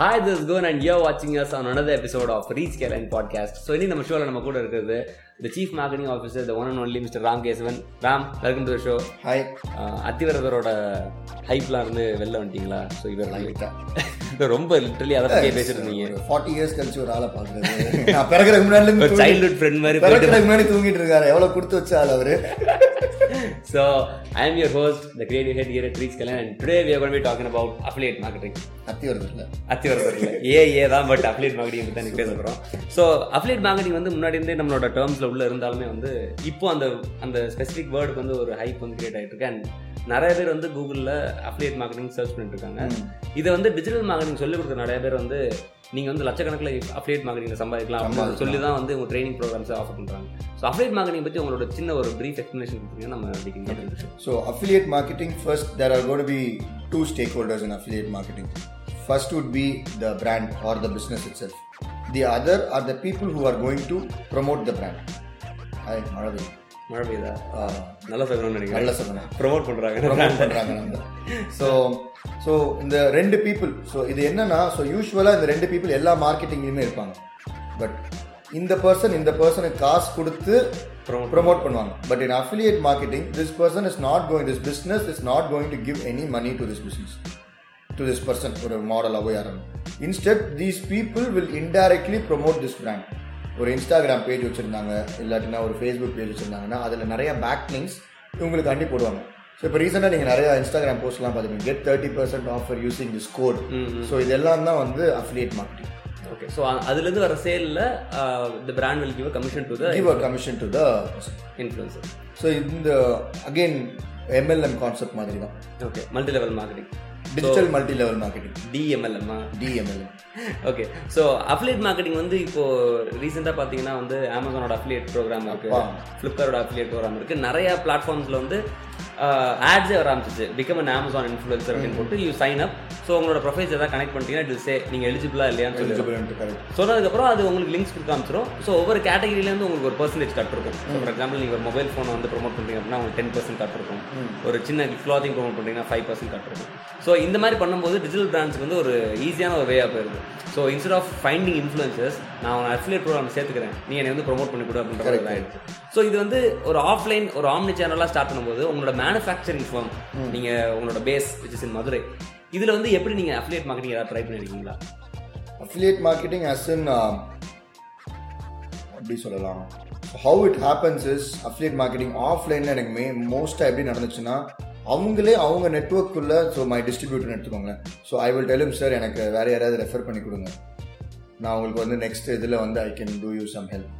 Hi this கோன் and you வாட்சிங் us on another episode of reach Karan podcast so இனி நம்ம ஷோவில் நம்ம கூட இருக்கிறது the chief marketing officer the one and only mister Ram Keshavan Ram welcome to show hi அத்திவரதரோட ஹைப்லாம் Uh, இருந்து வெளில வந்துட்டீங்களா ஸோ இவர் நான் ரொம்ப லிட்டரலி அதை பற்றியே பேசிட்டு இருந்தீங்க ஒரு ஃபார்ட்டி இயர்ஸ் கழிச்சு ஒரு ஆளை பாக்குறது நான் பிறகுறதுக்கு முன்னாடி ஒரு சைல்ட்ஹுட் ஃப்ரெண்ட் மாதிரி போயிட்டு பிறகுறதுக்கு முன்னாடி தூங்கிட்டு இருக்காரு எவ்வளவு கொடுத்து வச்ச ஆள் அவரு So, I am your host, the creative head here at Reach Kalan, and today we are going to be talking about affiliate marketing. அத்தி வருதுல அத்திவரத்தில் ஏ ஏ தான் பட் அஃபிலியேட் மார்க்கெட்டிங் பற்றி தான் இன்னைக்கு பேச போகிறோம் ஸோ அஃபிலியேட் மார்க்கெட்டிங் வந்து முன்னாடி இருந்தே நம்மளோட டேர்ம்ஸில் உள்ள இருந்தாலுமே வந்து இப்போ அந்த அந்த ஸ்பெசிஃபிக் வேர்டுக்கு வந்து ஒரு ஹைப் வந்து கிரியேட் ஆகிட்டு இருக்கு அண்ட் நிறைய பேர் வந்து கூகுளில் அஃபிலியேட் மார்க்கெட்டிங் சர்ச் பண்ணிட்டு இருக்காங்க இதை வந்து டிஜிட்டல் மார்க்கெட்டிங் சொல்லி கொடுத்த நிறைய பேர் வந்து நீங்கள் வந்து லட்சக்கணக்கில் அஃபிலியேட் மார்க்கெட்டிங் சம்பாதிக்கலாம் அப்படின்னு சொல்லி தான் வந்து உங்கள் ட்ரைனிங் ப்ரோக்ராம்ஸை ஆஃபர் பண்ணுறாங்க ஸோ அஃபிலியேட் மார்க்கெட்டிங் பற்றி உங்களோட சின்ன ஒரு ப்ரீஃப் எக்ஸ்ப்ளனேஷன் கொடுத்தீங்கன்னா நம்ம அப்படிங்கிறது so affiliate marketing first there are got be two stakeholders in affiliate marketing first would be the brand or the business itself the other are the people who are going to promote the brand அது மழை பெய்யுது. மழை பெய்யுதா ஆஹ், நல்லா சொல்லணும்னு நினைக்கிறேன் Uh, நல்ல சொன்னேன் promote பண்ணுறாங்க promote பண்றாங்க நம்ம ஸோ ஸோ இந்த ரெண்டு பீப்புள் ஸோ இது என்னன்னா ஸோ யூஸ்வலாக இந்த ரெண்டு பீப்புள் எல்லா மார்க்கெட்டிங்லையுமே இருப்பாங்க பட் இந்த பர்சன் இந்த பர்சனுக்கு காசு கொடுத்து Promote. ப்ரொமோட் பண்ணுவாங்க but in affiliate marketing this person is not going this business is not going to give any money to this business to this person ஒரு மாடலாகவோ யாரும் instead these people will indirectly promote this brand ஒரு Instagram page வச்சுருந்தாங்க இல்லாட்டினா ஒரு Facebook page வச்சுருந்தாங்கன்னா அதில் நிறைய back links இவங்களுக்கு அண்டி போடுவாங்க ஸோ இப்போ ரீசெண்டாக நீங்கள் நிறைய இன்ஸ்டாகிராம் போஸ்ட்லாம் பார்த்துருக்கீங்க get thirty percent offer using this code so இதெல்லாம் தான் வந்து அஃபிலியேட் மார்க்கெட்டிங் ஓகே ஸோ அதுலேருந்து uh, வர uh, சேலில் the brand will give commission to the give a commission to the influencer so இந்த அகெயின் எம்எல்எம் கான்செப்ட் மாதிரி தான் okay multi level marketing digital multi level marketing டிஎம்எல்எம்மா DMLM okay so affiliate marketing வந்து இப்போ ரீசெண்டாக பார்த்தீங்கன்னா வந்து அமேசானோட அஃபிலியேட் ப்ரோக்ராம் இருக்கு அப்பா. ஃப்ளிப்கார்டோட அஃபிலியேட் ப்ரோக்ராம் இருக்கு நிறைய பிளாட்ஃபார்ம்ஸில் வந்து ஆட்ஸே வர ஆரம்பிச்சிச்சு பிகம் அன் அமேசான் இன்ஃப்ளூயன்சர் அப்படின்னு போட்டு யூ சைன் அப் ஸோ உங்களோட ப்ரொஃபைல்ஸ் எதாவது கனெக்ட் பண்ணிட்டீங்கன்னா இட் சே நீங்கள் எலிஜிபிளா இல்லையான்னு சொல்லி கரெக்ட் சொன்னதுக்கப்புறம் அது உங்களுக்கு லிங்க்ஸ் கொடுக்க ஆரம்பிச்சிடும் ஸோ ஒவ்வொரு கேட்டகரியிலேருந்து உங்களுக்கு ஒரு பர்சன்டேஜ் கட் இருக்கும் ஃபார் எக்ஸாம்பிள் நீங்கள் ஒரு மொபைல் ஃபோனை வந்து ப்ரோமோட் பண்ணுறீங்க அப்படின்னா உங்களுக்கு டென் பர்சன்ட் கட் இருக்கும் ஒரு சின்ன க்ளாத்திங் ப்ரோமோட் பண்ணுறீங்கன்னா ஃபைவ் பர்சன்ட் கட் இருக்கும் ஸோ இந்த மாதிரி பண்ணும்போது டிஜிட்டல் பிராண்ட்ஸ்க்கு வந்து ஒரு ஈஸியான ஒரு வேயாக போயிருது so instead of finding influences நான் உன் அஃபிலியேட் ப்ரோக்ராம் சேர்த்துக்கிறேன் நீ என்னை வந்து ப்ரோமோட் பண்ணி கொடு அப்படின்ற மாதிரி ஆயிடுச்சு ஸோ இது வந்து ஒரு ஆஃப்லைன் ஒரு ஆம்னி சேனலாக ஸ்டார்ட் பண்ணும்போது உங்களோட மேனுஃபேக்சரிங் ஃபார்ம் நீங்கள் உங்களோட base which is in Madurai இதில் வந்து எப்படி நீங்கள் அஃபிலியேட் மார்க்கெட்டிங் ஏதாவது ட்ரை பண்ணியிருக்கீங்களா அஃபிலியேட் மார்க்கெட்டிங் அஸ் இன் அப்படி uh, சொல்லலாம் how it happens is affiliate marketing ஆஃப்லைனில் எனக்கு மே மோஸ்ட்டாக எப்படி நடந்துச்சுன்னா அவங்களே அவங்க நெட்ஒர்க்குள்ளே ஸோ மை டிஸ்ட்ரிபியூட்டர் எடுத்துக்கோங்களேன் so I will tell him sir எனக்கு வேறு யாராவது ரெஃபர் பண்ணி கொடுங்க நான் உங்களுக்கு வந்து நெக்ஸ்ட் இதில் வந்து I can do you some help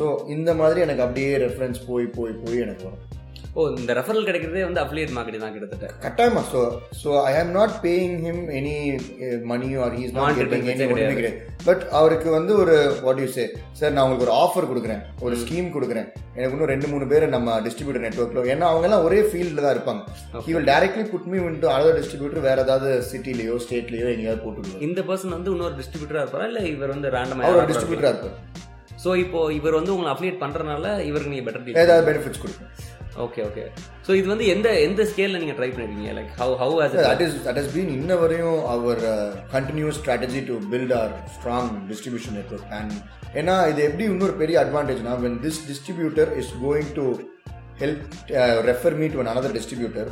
so இந்த மாதிரி எனக்கு அப்படியே ரெஃபரன்ஸ் போய் போய் போய் எனக்கு வரும் ஓ இந்த ரெஃபரல் கிடைக்கிறதே வந்து அஃபிலியேட் மார்க்கெட்டிங் தான் கிட்டத்தட்ட கட்டாயமா so so I am not paying him any money or he's not Monetary getting benefit any ஒன்றுமே கிடையாது பட் அவருக்கு வந்து ஒரு வாட் யூ சே சார் நான் உங்களுக்கு ஒரு ஆஃபர் கொடுக்குறேன் ஒரு ஸ்கீம் கொடுக்குறேன் எனக்கு இன்னும் ரெண்டு மூணு பேர் நம்ம டிஸ்ட்ரிபியூட்டர் நெட்ஒர்க்கில் ஏன்னா அவங்க எல்லாம் ஒரே ஃபீல்டில் தான் இருப்பாங்க he will directly put me in to other distributor வேற ஏதாவது சிட்டிலேயோ ஸ்டேட்லேயோ எங்கேயாவது போட்டுருவாங்க இந்த பர்சன் வந்து இன்னொரு டிஸ்ட்ரிபியூட்டரா இருப்பாரா இல்ல இவர் வந்து ரேண்டமாக அவர் டிஸ்ட்ரிபியூட்டராக இருப்பார் ஸோ இப்போ இவர் வந்து உங்களை அஃபிலியேட் பண்றதுனால இவருக்கு நீங்க பெட்டர் டீல் ஏதாவது பெனிஃபிட்ஸ் கொடுப்பேன் ஓகே ஓகே ஸோ இது வந்து எந்த எந்த ஸ்கேல்ல நீங்க ட்ரை பண்ணிருக்கீங்க like how how has that is that is been இன்ன வரையும் our continues strategy to build our strong distribution network and ஏன்னா இது எப்படி இன்னொரு பெரிய அட்வான்டேஜ்னா when this distributor is going to help refer me to an another distributor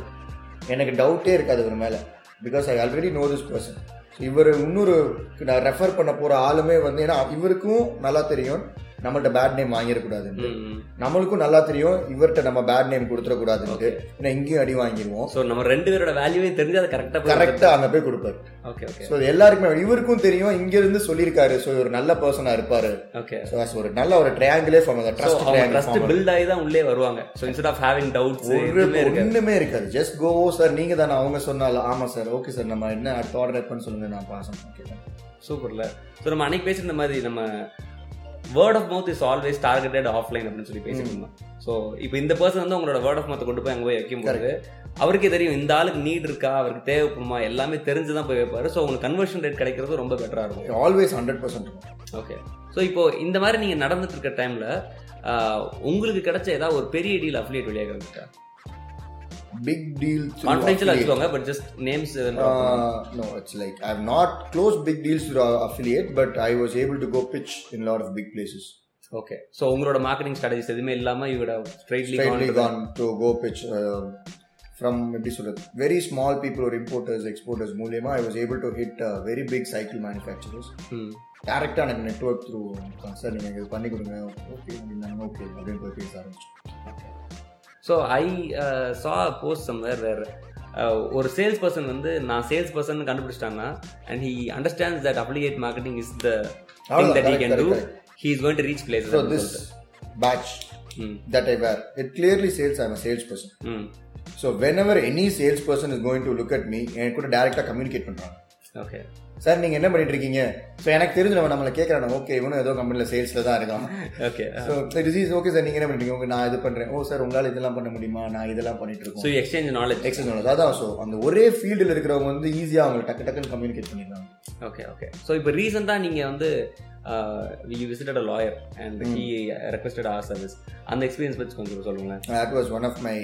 எனக்கு டவுட்டே இருக்காது இவர் மேலே because I already know this person இவர் இன்னொரு நான் ரெஃபர் பண்ண போகிற ஆளுமே வந்து ஏன்னா இவருக்கும் நல்லா தெரியும் நம்மள்ட்ட பேட் நேம் வாங்கிடக்கூடாது நம்மளுக்கும் நல்லா தெரியும் இவர்கிட்ட நம்ம பேட் நேம் கொடுத்துடக்கூடாதுன்ட்டு ஏன்னா இங்கேயும் அடி வாங்கிடுவோம் ஸோ நம்ம ரெண்டு பேரோட வேல்யூவே தெரிஞ்சு அதை கரெக்டாக கரெக்டாக அங்கே போய் கொடுப்பாரு ஓகே ஓகே ஸோ எல்லாருக்குமே இவருக்கும் தெரியும் இங்க இருந்து சொல்லியிருக்காரு ஸோ ஒரு நல்ல பர்சனா இருப்பாரு ஓகே ஸோ ஒரு நல்ல ஒரு ட்ரையாங்கிளே ஃபார்ம் அந்த ட்ரஸ்ட் அவங்க ட்ரஸ்ட் பில்ட் ஆகி தான் உள்ளே வருவாங்க so instead of having doubts எதுவுமே இருக்காது ஒண்ணுமே இருக்காது ஜஸ்ட் கோ சார் நீங்க தானே அவங்க சொன்னால ஆமா சார் ஓகே சார் நம்ம என்ன அடுத்த ஆர்டர் எப்பன்னு சொல்லுங்க நான் பாசம் சூப்பர்ல ஸோ நம்ம அன்னைக்கு பேசின மாதிரி நம்ம word of mouth is always targeted offline அப்படின்னு சொல்லி பேசிருந்தோம் ஸோ இப்போ இந்த பர்சன் வந்து உங்களோட வேர்ட் ஆஃப் மவுத்தை கொண்டு போய் அங்கே போய் வைக்கும்போது அவருக்கே தெரியும் இந்த ஆளுக்கு நீட் இருக்கா அவருக்கு தேவைப்படுமா எல்லாமே தெரிஞ்சு தான் போய் வைப்பாரு ஸோ உங்களுக்கு கன்வர்ஷன் ரேட் கிடைக்கிறது ரொம்ப பெட்டராக இருக்கும் ஆல்வேஸ் ஹண்ட்ரட் பர்சன்ட் இருக்கும் ஓகே ஸோ இப்போ இந்த மாதிரி நீங்கள் நடந்துட்டு இருக்க டைமில் உங்களுக்கு கிடைச்ச ஏதாவது ஒரு பெரிய டீல் அஃபிலியேட் வெளியாக இருக்கா big deal through confidential affiliate. வச்சுக்கோங்க but just names Uh, no, it's like I've not closed big deals through our affiliate, but I was able to go pitch in a lot of big places. Okay so உங்களோட marketing strategies எதுவுமே இல்லாம இவட straightly Straightly gone to go pitch uh, from எப்படி சொல்றது, very small people or importers, exporters மூலியமா I was able to hit uh, very big cycle manufacturers. டேரெக்டாக எனக்கு network through sir நீங்கள் இது பண்ணி கொடுங்க ஓகே அப்படின்னாங்க ஓகே அப்படின்னு போய் பேச ஆரம்பிச்சோம் so I saw post somewhere where uh, ஒரு சேல்ஸ் பர்சன் வந்து நான் சேல்ஸ் பர்சன் கண்டுபிடிச்சிட்டாங்கன்னா and he understands that affiliate marketing is the அவ்வளவுதான், that he correct, can do correct, he is going to reach so place this batch that I where it clearly sales I'm sales person ம் so whenever any sales person is going to look at me எனக்கு கூட டேரெக்டாக communicate பண்ணுறாங்க okay sir நீங்கள் என்ன பண்ணிட்டு இருக்கீங்க so எனக்கு தெரிஞ்சு நம்ம நம்மளை கேட்குறாங்க ஓகே இவனும் ஏதோ கம்பெனியில் சேல்ஸில் தான் இருக்கான் ஓகே ஸோ டிசீஸ் ஓகே சார் நீங்கள் என்ன பண்ணிட்டு இருக்கீங்க நான் இது பண்ணுறேன் ஓ சார் உங்களால் இதெல்லாம் பண்ண முடியுமா நான் இதெல்லாம் பண்ணிட்டு இருக்கோம் so exchange knowledge access knowledge. அதான் ஸோ அந்த ஒரே ஃபீல்டில் இருக்கிறவங்க வந்து ஈஸியாக அவங்க டக்கு டக்குன்னு கம்யூனிகேட் பண்ணிடுறாங்க ஓகே ஓகே ஸோ இப்போ ரீசெண்டாக நீங்கள் வந்து uh, you visited a lawyer and he requested our service அந்த எக்ஸ்பீரியன்ஸ் பற்றி கொஞ்சம் சொல்லுங்களேன் that was one of my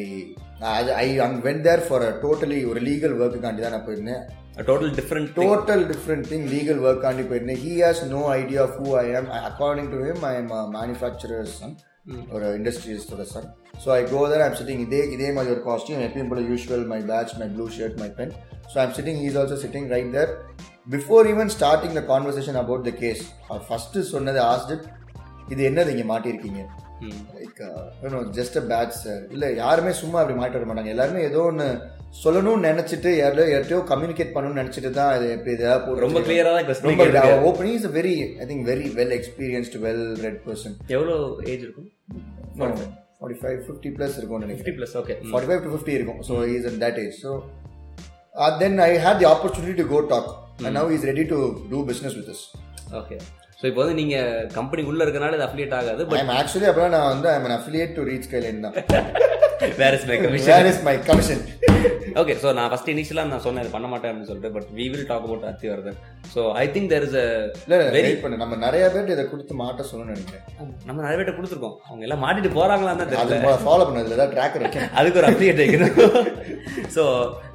I அங் வென் தேர் ஃபார் டோட்டலி ஒரு லீகல் ஒர்க்குக்காண்டி தான் நான் போயிருந்தேன் total different total different thing legal ஒர்க்காண்டி போயிருந்தேன் he has no idea of who I am according to him I am manufacturer son Mm. ஒரு இண்டஸ்ட்ரியலிஸ்டோட Sun so I go there I'm sitting இதே இதே மாதிரி ஒரு காஸ்டியூம் எப்பயும் போல usual my badge my blue shirt my pen so I'm sitting is also sitting right there before even starting the conversation about the case first சொன்னது asked இது என்னது இங்கே மாட்டியிருக்கீங்க like just a badge sir இல்லை யாருமே சும்மா அப்படி மாட்டி வர மாட்டாங்க எல்லாருமே ஏதோ ஒன்று சொல்லணும்னு நினச்சிட்டு யாரோ யார்ட்டையோ கம்யூனிகேட் பண்ணணும்னு நினச்சிட்டு தான் இது எப்படி இதாக போட்டு ரொம்ப கிளியராக தான் ரொம்ப கொஸ்டின் கேட்குறாங்க opening is very I think very well experienced well read person எவ்வளோ ஏஜ் இருக்கும் ஃபார்ட்டி ஃபைவ் ஃபிஃப்டி ப்ளஸ் இருக்கும்னு நினைக்கிறேன் fifty Hmm. Plus okay forty five to fifty இருக்கும் so is at that age so then I had the opportunity to go talk and now is ready to do business with this okay so இப்போ வந்து நீங்கள் கம்பெனிக்குள்ளே இருக்கனால இது affiliate ஆகாது but I'm actually அப்போ நான் வந்து ஐம் அஃபிலியேட் டு ரீச் கைலேன் தான் where is my commission where is my commission okay so நான் ஃபஸ்ட் இனிஷியலாக நான் சொன்னேன் இது பண்ண மாட்டேன் அப்படின்னு சொல்லிட்டு but we will talk about Athi Varadhan so I think there is a இல்ல Very- வெரி பண்ணு நம்ம நிறைய பேர் இதை கொடுத்து மாட்ட சொல்லணும்னு நினைக்கிறேன் நம்ம நிறைய பேர்ட்ட கொடுத்துருக்கோம் அவங்க எல்லாம் மாட்டிட்டு போகிறாங்களான்னு தான் தெரியல அது ஃபாலோ பண்ணதுல தான் ட்ராக்கர் வைக்கேன் அதுக்கு ஒரு அப்டேட் வைக்கணும் so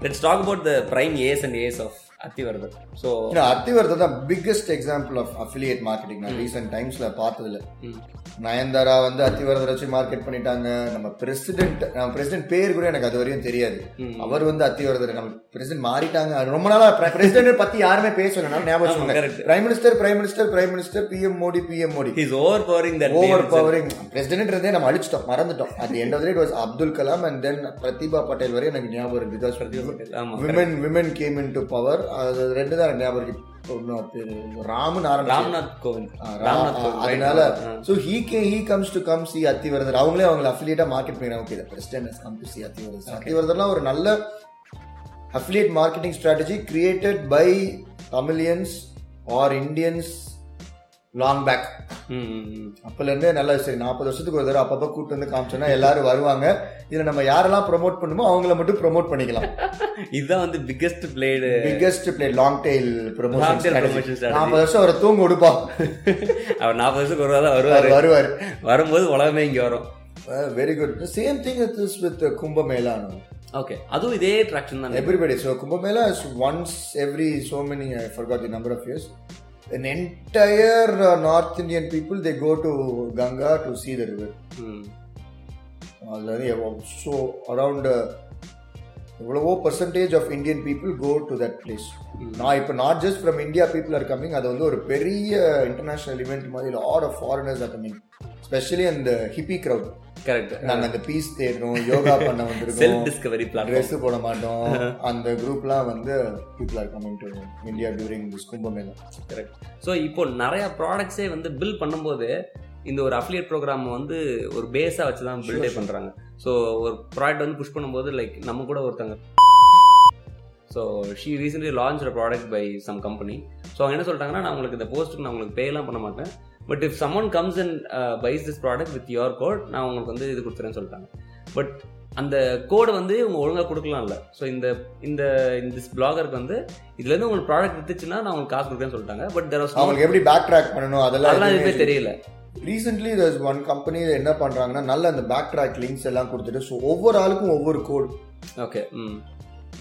let's talk about the prime ace and ace of Athivaradhan so அத்திவர்த்தை தான் biggest example of affiliate marketing நான் ரீசெண்ட் டைம்ஸ்ல பார்த்ததுல நயன்தாரா வந்து அத்திவரத்தை வச்சு மார்க்கெட் பண்ணிட்டாங்க நம்ம பிரசிடென்ட் நம்ம பிரசிடென்ட் பேர் கூட எனக்கு அது வரையும் தெரியாது அவர் வந்து அத்திவரதர் நம்ம பிரசிடென்ட் மாறிட்டாங்க அது ரொம்ப நாளா பிரசிடென்ட் பத்தி யாருமே பேசணும் ஞாபகம் சொன்னாங்க correct. Prime minister prime minister prime minister PM Modi PM Modi he's over powering that over powering பிரசிடென்ட்ன்றதே நம்ம அழிச்சிட்டோம் மறந்துட்டோம் at end of it was Abdul Kalam and then Pratibha Patel வரை எனக்கு ஞாபகம் இருக்கு பிகாஸ் ஆமாம் women women came in to power அது ரெண்டு தான் எனக்கு ஞாபகம் இருக்கு இப்போ இன்னொரு பேரு ராமன் ஆரம்பிச்சு ராம்நாத் கோவிந்த் ஆ, ரா- ராம்நாத் ஆ, கோவிந்த் அதனால ஸோ ஹீ கே he comes to come see Athivaradar அவங்களே அவங்களை அஃபிலியேட்டாக மார்க்கெட் பண்ணிக்கிறாங்க okay president has come to see Athivaradar அத்திவரதர்லாம் ஒரு நல்ல affiliate marketing strategy created by Tamilians or Indians long back hmm, ம், ம். அப்பலேருந்தே நல்லா சரி நாற்பது வருஷத்துக்கு ஒரு தடவை அப்பப்போ கூட்டு வந்து காமிச்சோன்னா எல்லாரும் வருவாங்க இதில் நம்ம யாரெல்லாம் ப்ரொமோட் பண்ணுமோ அவங்கள மட்டும் ப்ரொமோட் பண்ணிக்கலாம் இதுதான் வந்து biggest blade biggest play long tail Long promotion tail promotion promotion strategy. நாற்பது வருஷம் அவரை தூங்க விடுப்பா அவர் நாற்பது வருஷத்துக்கு ஒருவா தான் வருவார் அவர் வருவார் வரும்போது உலகமே இங்கே வரும் very good same thing is with Kumbh Mela okay அதுவும் இதே ட்ராக்ஷன் தான் everybody so Kumbh Mela is once every so many I forgot the number of years an entire north Indian people they go to Ganga to see the river ம். அதில் வந்து so around uh, எவ்வளவோ percentage of Indian people go to that place நான் இப்போ not just from India people are coming அது வந்து ஒரு பெரிய இன்டர்நேஷனல் இவெண்ட் மாதிரி lot of foreigners are coming specially அந்த ஹிப்பி க்ரௌட் கரெக்ட் நாங்கள் அந்த பீஸ் தேடுறோம் யோகா பண்ண செல்ஃப் வந்திருக்கோம் டிஸ்கவரி பிளான் ட்ரெஸ் போட மாட்டோம் அந்த குரூப்லாம் வந்து people are coming to India during this Kumbh Mela correct so இப்போ நிறைய ப்ராடக்ட்ஸே வந்து பில் பண்ணும்போது இந்த ஒரு அஃபிலியேட் ப்ரோக்ராம் வந்து ஒரு பேஸாக வச்சு தான் பில்டே பண்ணுறாங்க ஸோ ஒரு ப்ராடக்ட் வந்து புஷ் பண்ணும்போது லைக் நம்ம கூட ஒருத்தங்க so she recently launch product by some company so அவங்க என்ன சொல்லிட்டாங்கன்னா நான் உங்களுக்கு இந்த போஸ்ட்டுக்கு நான் உங்களுக்கு பேலாம் பண்ண மாட்டேன் but if someone comes and buys this product with your code நான் உங்களுக்கு வந்து இது கொடுத்துறேன்னு சொல்லிட்டாங்க பட் அந்த கோடை வந்து இவங்க ஒழுங்காக கொடுக்கலாம் இல்லை ஸோ இந்த இந்த இந்த பிளாகருக்கு வந்து இதுலேருந்து உங்களுக்கு ப்ராடக்ட் வித்துச்சுன்னா நான் உங்களுக்கு காசு கொடுக்குறேன்னு சொல்லிட்டாங்க பட் தெர் வாஸ் அவங்களுக்கு எப்படி பேக் ட்ராக் பண்ணணும் அதெல்லாம் அதெல்லாம் எதுவுமே எதுவுமே தெரியல ரீசெண்ட்லி there's ஒன் கம்பெனி என்ன பண்ணுறாங்கன்னா நல்ல அந்த பேக் ட்ராக் லிங்க்ஸ் எல்லாம் கொடுத்துட்டு ஸோ ஒவ்வொரு ஆளுக்கும் ஒவ்வொரு code okay hmm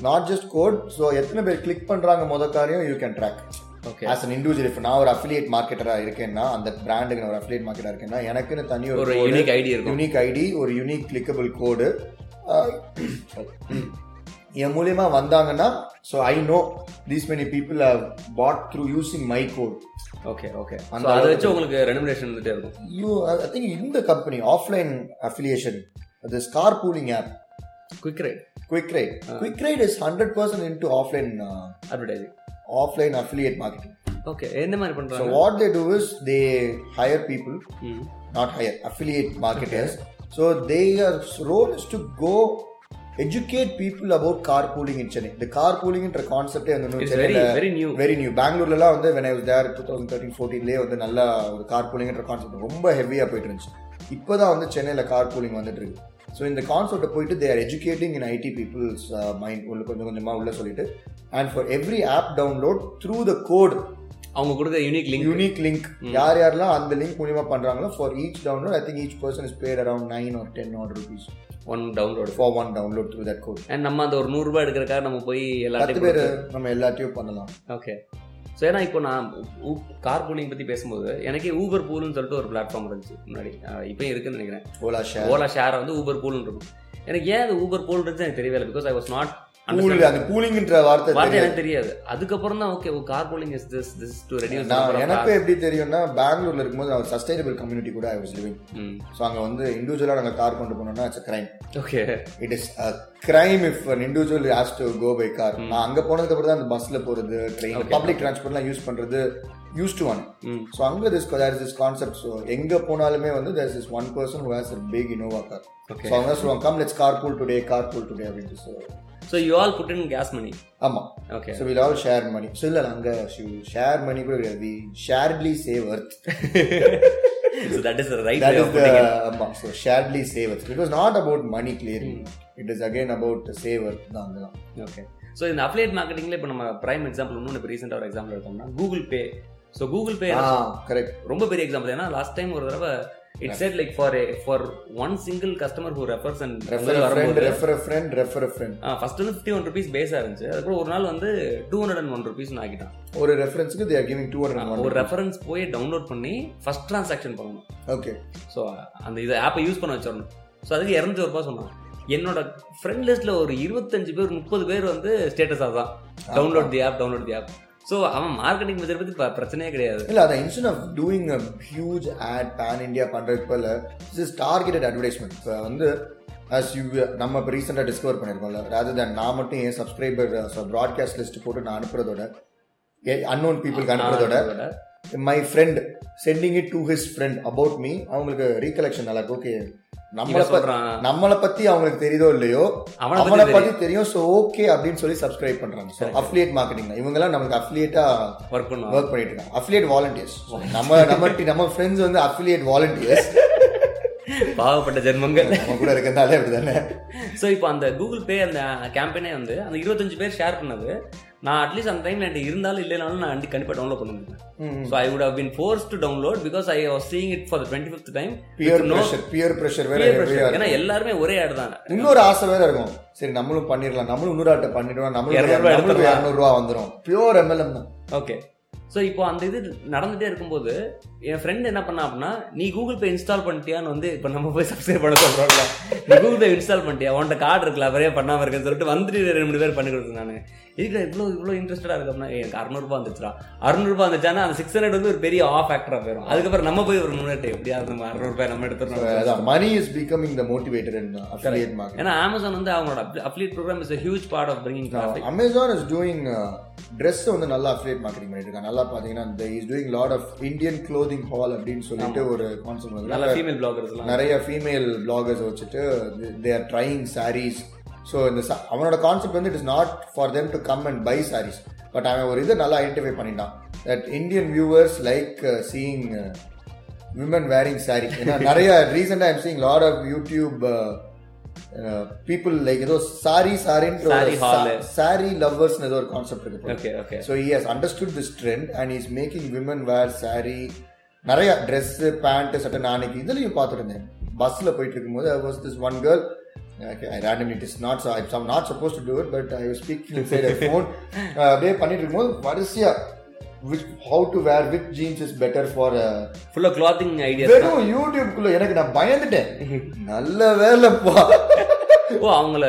not just code so எத்தனை பேர் கிளிக் பண்ணுறாங்க முத காரியம் you can track okay as an individual இப்போ நான் ஒரு அஃபிலியேட் மார்க்கெட்டராக இருக்கேன்னா அந்த பிராண்டுக்கு நான் ஒரு அஃபிலியேட் மார்க்கெட்டாக இருக்கேன்னா எனக்குன்னு தனி ஒரு ஒரு யூனிக் ஐடியா இருக்கும் யூனிக் ஐடி ஒரு யூனிக் கிளிக்கபிள் கோடு என் மூலியமா வந்தாங்கன்னா so I know these many people have bought through using my code okay okay அந்த அந்த அதை அளவுக்கு. வச்சு உங்களுக்கு ரெனுமரேஷன் வந்துட்டே இருக்கும் யூ ஐ திங்க் இந்த கம்பெனி ஆஃப்லைன் அஃபிலியேஷன் அது car pooling app quick ride quick ride quick ride is hundred percent into offline advertising offline affiliate marketing okay என்ன மாதிரி ஸோ பண்றாங்க what they do is they hire people hmm not hire affiliate marketers so their role is to go educate people about carpooling in chennai the carpoolingன்ற கான்செப்டே வந்து இன்னும் it's very சென்னையில very new very new பெங்களூர்லலாம் வந்து when I was there two thousand thirteen ஃபோர்டீன்லேயே வந்து நல்லா ஒரு கார்பூலிங்ன்ற கான்செப்ட் ரொம்ப ஹெவியாக போயிட்டு இருந்துச்சு இப்போ தான் வந்து சென்னையில் கார்பூலிங் வந்துட்டு இருக்கு ஸோ இந்த கான்செப்டை போயிட்டு they are educating in IT people's mind uh, உள்ள கொஞ்சம் கொஞ்சமாக உள்ள சொல்லிட்டு and for every app download through the code அவங்க கொடுக்குற யூனிக் லிங்க் யூனிக் லிங்க் யார் யாரெல்லாம் அந்த லிங்க் மூலியமா பண்றாங்களோ for each download I think each person is paid around nine or ten or rupees one download for one download through that code and நம்ம அந்த ஒரு நூறு ரூபாய் எடுக்கிறக்காக நம்ம போய் பத்து பேர் எல்லாத்தையும் நம்ம எல்லாத்தையும் பண்ணலாம் ஓகே ஸோ ஏன்னா இப்போ நான் கார் பூலிங் பற்றி பேசும்போது எனக்கே ஊபர் பூல்னு சொல்லிட்டு ஒரு பிளாட்ஃபார்ம் இருந்துச்சு முன்னாடி அஹ் இப்பயும் இருக்குன்னு நினைக்கிறேன் ஓலா ஷேர் ஓலா ஷேரை வந்து ஊபர் பூல்னு இருக்கும் எனக்கு ஏன் அது ஊபர் பூல் இருந்துச்சு எனக்கு தெரியவே because I was not pool அந்த பூலிங்ன்ற வார்த்தை வார்த்தை தெரியாது. எனக்கு தெரியாது அதுக்கப்புறம் தான் okay car pooling is this this to reduce நான் எனக்கு எப்படி தெரியும்னா பெங்களூர்ல இருக்கும்போது நான் சஸ்டைனபிள் கம்யூனிட்டி கூட ஐ வாஸ் லிவிங் ஸோ அங்கே வந்து இண்டிவிஜுவலாக நாங்கள் கார் கொண்டு போனோம்னா it's crime okay it is crime if an individual has to go by car நான் அங்கே போனதுக்கு அப்புறம் தான் அந்த பஸ்ஸில் போகிறது ட்ரெயின் பப்ளிக் டிரான்ஸ்போர்ட்லாம் யூஸ் பண்ணுறது use to one hmm so அங்கே this there is this concept so எங்கே போனாலுமே வந்து there is one person who has a big Innova car Okay. So அவங்க சொல்லுவாங்க come let's car pool today car pool today அப்படின்னு so so you all put in gas money ஆமாம் okay so will all share money so இல்லை அங்கே share money கூட கிடையாது we surely save earth so that is right that is the ஆமாம் so surely save earth it was not about money clear it is again about save earth தான் அதுதான் okay so இந்த applied மார்க்கெட்டிங்ல இப்போ நம்ம prime example இன்னொன்று இப்போ ரீசெண்டாக ஒரு எக்ஸாம்பிள் எடுத்தோம்னா Google Pay so Google Pay ah correct ரொம்ப பெரிய எக்ஸாம்பிள் ஏன்னா லாஸ்ட் டைம் ஒரு தடவை it set like for for one single customer who refers and refer friend refer friend refer friend first வந்து ஃபிஃப்டி ஒன் ருபீஸ் பேஸாக இருந்துச்சு அதுக்கப்புறம் ஒரு நாள் வந்து டூ ஹண்ட்ரட் அண்ட் ஒன் ருபீஸ்னு ஆக்கிட்டான் ஒரு ரெஃபரன்ஸுக்கு தேர் கிவிங் டூ ஹண்ட்ரட் ஒரு ஒன் ரெஃபரன்ஸ் போய் டவுன்லோட் பண்ணி ஃபர்ஸ்ட் ட்ரான்சாக்ஷன் பண்ணணும் ஓகே ஸோ அந்த இது ஆப்பை யூஸ் பண்ண வச்சிடணும் ஸோ அதுக்கு இரநூத்தி ரூபாய் சொன்னான் என்னோட ஃப்ரெண்ட் லிஸ்ட்டில் ஒரு இருபத்தஞ்சு பேர் முப்பது பேர் வந்து ஸ்டேட்டஸாக தான் download the app download the app so அவன் மார்க்கெட்டிங் மெஜர் பற்றி ப- பிரச்சனையே கிடையாது இல்ல அத instead of doing a huge ad pan India பண்றது போல திஸ் இஸ் டார்கெட்டட் அட்வர்டைஸ்மெண்ட் இப்போ வந்து as you நம்ம இப்போ ரீசெண்டாக டிஸ்கவர் பண்ணியிருக்கோம்ல rather than நான் மட்டும் என் சப்ஸ்கிரைபர் ப்ராட்காஸ்ட் லிஸ்ட் போட்டு நான் அனுப்புறதோட அன்னோன் பீப்புளுக்கு அனுப்புறதோட my friend sending it to his friend about me அவங்களுக்கு ரீகலெக்ஷன் நல்லா இருக்கு ஓகே நம்மளை பத்தி சொல்கிறான் நம்மளை பத்தி அவங்களுக்கு தெரியுதோ இல்லையோ அவனை பத்தி அவங்கள பத்தி தெரியும் ஸோ ஓகே அப்படின்னு சொல்லி சப்ஸ்கிரைப் பண்றாங்க ஸோ அஃபிலியேட் மார்க்கெட்டிங் இவங்கெல்லாம் நமக்கு அஃபிலியேட்டா ஒர்க் பண்ணுவான் ஒர்க் பண்ணிட்டு இருக்காங்க அஃபிலியேட் வாலண்டியர்ஸ் நம்ம நம்ம டி- நம்ம ஃப்ரெண்ட்ஸ் வந்து அஃபிலியேட் வாலண்டியர்ஸ் பாவப்பட்ட ஜென்மங்கள் நம்ம கூட இருக்கிறதால அப்படிதானே ஸோ இப்போ அந்த கூகுள் பே அந்த கேம்பெயினே வந்து அந்த இருபத்தஞ்சு பேர் ஷேர் பண்ணது நான் அட்லீஸ்ட் அந்த டைம்ல என்கிட்ட இருந்தாலும் இல்லைனாலும் நான் அண்டி கண்டிப்பாக டவுன்லோட் பண்ணிருக்கேன் so I would have been force to download because I was seeing it for twenty fifth time peer pressure peer pressure வேற heavy-ஆ ஏன்னா இருக்கும். எல்லாருமே ஒரே ஆடு தான் இன்னொரு ஆசை வேற இருக்கும் சரி நம்மளும் பண்ணிடலாம் நம்மளும் இன்னொரு ஆட்ட பண்ணிடுவோம் நம்மளுக்கு இருநூறு ரூபா நம்மளுக்கு எடுத்துடலாம். இரநூறுவா வந்துடும் பியூர் எம்எல்எம் தான் ஓகே ஸோ இப்போ அந்த இது நடந்துட்டே இருக்கும்போது என் ஃப்ரெண்ட் என்ன பண்ணா அப்படின்னா நீ கூகுள் பே இன்ஸ்டால் பண்ணிட்டியான்னு வந்து இப்போ நம்ம போய் சப்ஸ்கிரைப் பண்ண சொல்கிறோம்ல நீ கூகுள் பே இன்ஸ்டால் பண்ணிட்டியா உன்ட்ட கார்டு இருக்குல்ல அவரே பண்ணாமல் இருக்குன்னு சொல்லிட்டு வந்துட்டு ரெண்டு மூணு பேர் பண்ணி கொடுத்தேன் நான் இதுக்கு இவ்வளோ இவ்வளோ இன்ட்ரெஸ்டடாக இருக்கு அப்படின்னா எனக்கு அறநூறுபா வந்துச்சுடா அறநூறுபா வந்துச்சானா அந்த சிக்ஸ் ஹண்ட்ரட் வந்து ஒரு பெரிய ஆஃப் ஃபேக்டராக போயிடும் அதுக்கப்புறம் நம்ம போய் ஒரு முன்னாடி எப்படியாவது நம்ம அறநூறுபா நம்ம எடுத்துடணும் அதான் money is becoming the motivator in affiliate market ஏன்னா அமேசான் வந்து அவங்களோட applied program is a huge part of bringing traffic Amazon is doing dress uh, வந்து நல்லா அஃபிலியேட் மார்க்கெட்டிங் பண்ணிட்டு இருக்காங்க நல்லா பாத்தீங்கன்னா is doing lot of Indian clothing hall அப்படின்னு சொல்லிட்டு ஒரு கான்செப்ட் வந்து நல்ல ஃபீமேல் பிளாகர்ஸ்லாம் நிறைய ஃபீமேல் பிளாகர்ஸ் வச்சுட்டு they are trying sarees so இந்த sa- அவனோட கான்செப்ட் வந்து it is not for them to come and buy sarees but அவன் ஒரு இதை நல்லா ஐடென்டிஃபை பண்ணிட்டான் that Indian viewers like seeing women wearing uh, saree ஏன்னா நிறைய ரீசெண்டாக I'm seeing lot of YouTube people like uh, ஏதோ சாரி சாரின்ற Saree hall. சாரி லவ்வர்ஸ்னு ஏதோ ஒரு கான்செப்ட் இருக்கு okay okay So he has understood this trend and he's making women wear sari நிறைய ட்ரெஸ் பேண்ட் சட்டை நான் அன்னைக்கு இதுலயும் பார்த்துட்டு இருந்தேன் பஸ்ல போயிட்டு இருக்கும்போது I was this one girl random it is not I some not suppose to do it but I speak inside I phone Uh, அப்படியே பண்ணிட்டு இருக்கும்போது வரிசையா which how to wear with jeans is better for ஃபுல்லா clothing idea uh, வெறும் யூடியூப்குள்ள எனக்கு நான் பயந்துட்டேன் நல்ல வேலைப்பா ஓ அவங்கள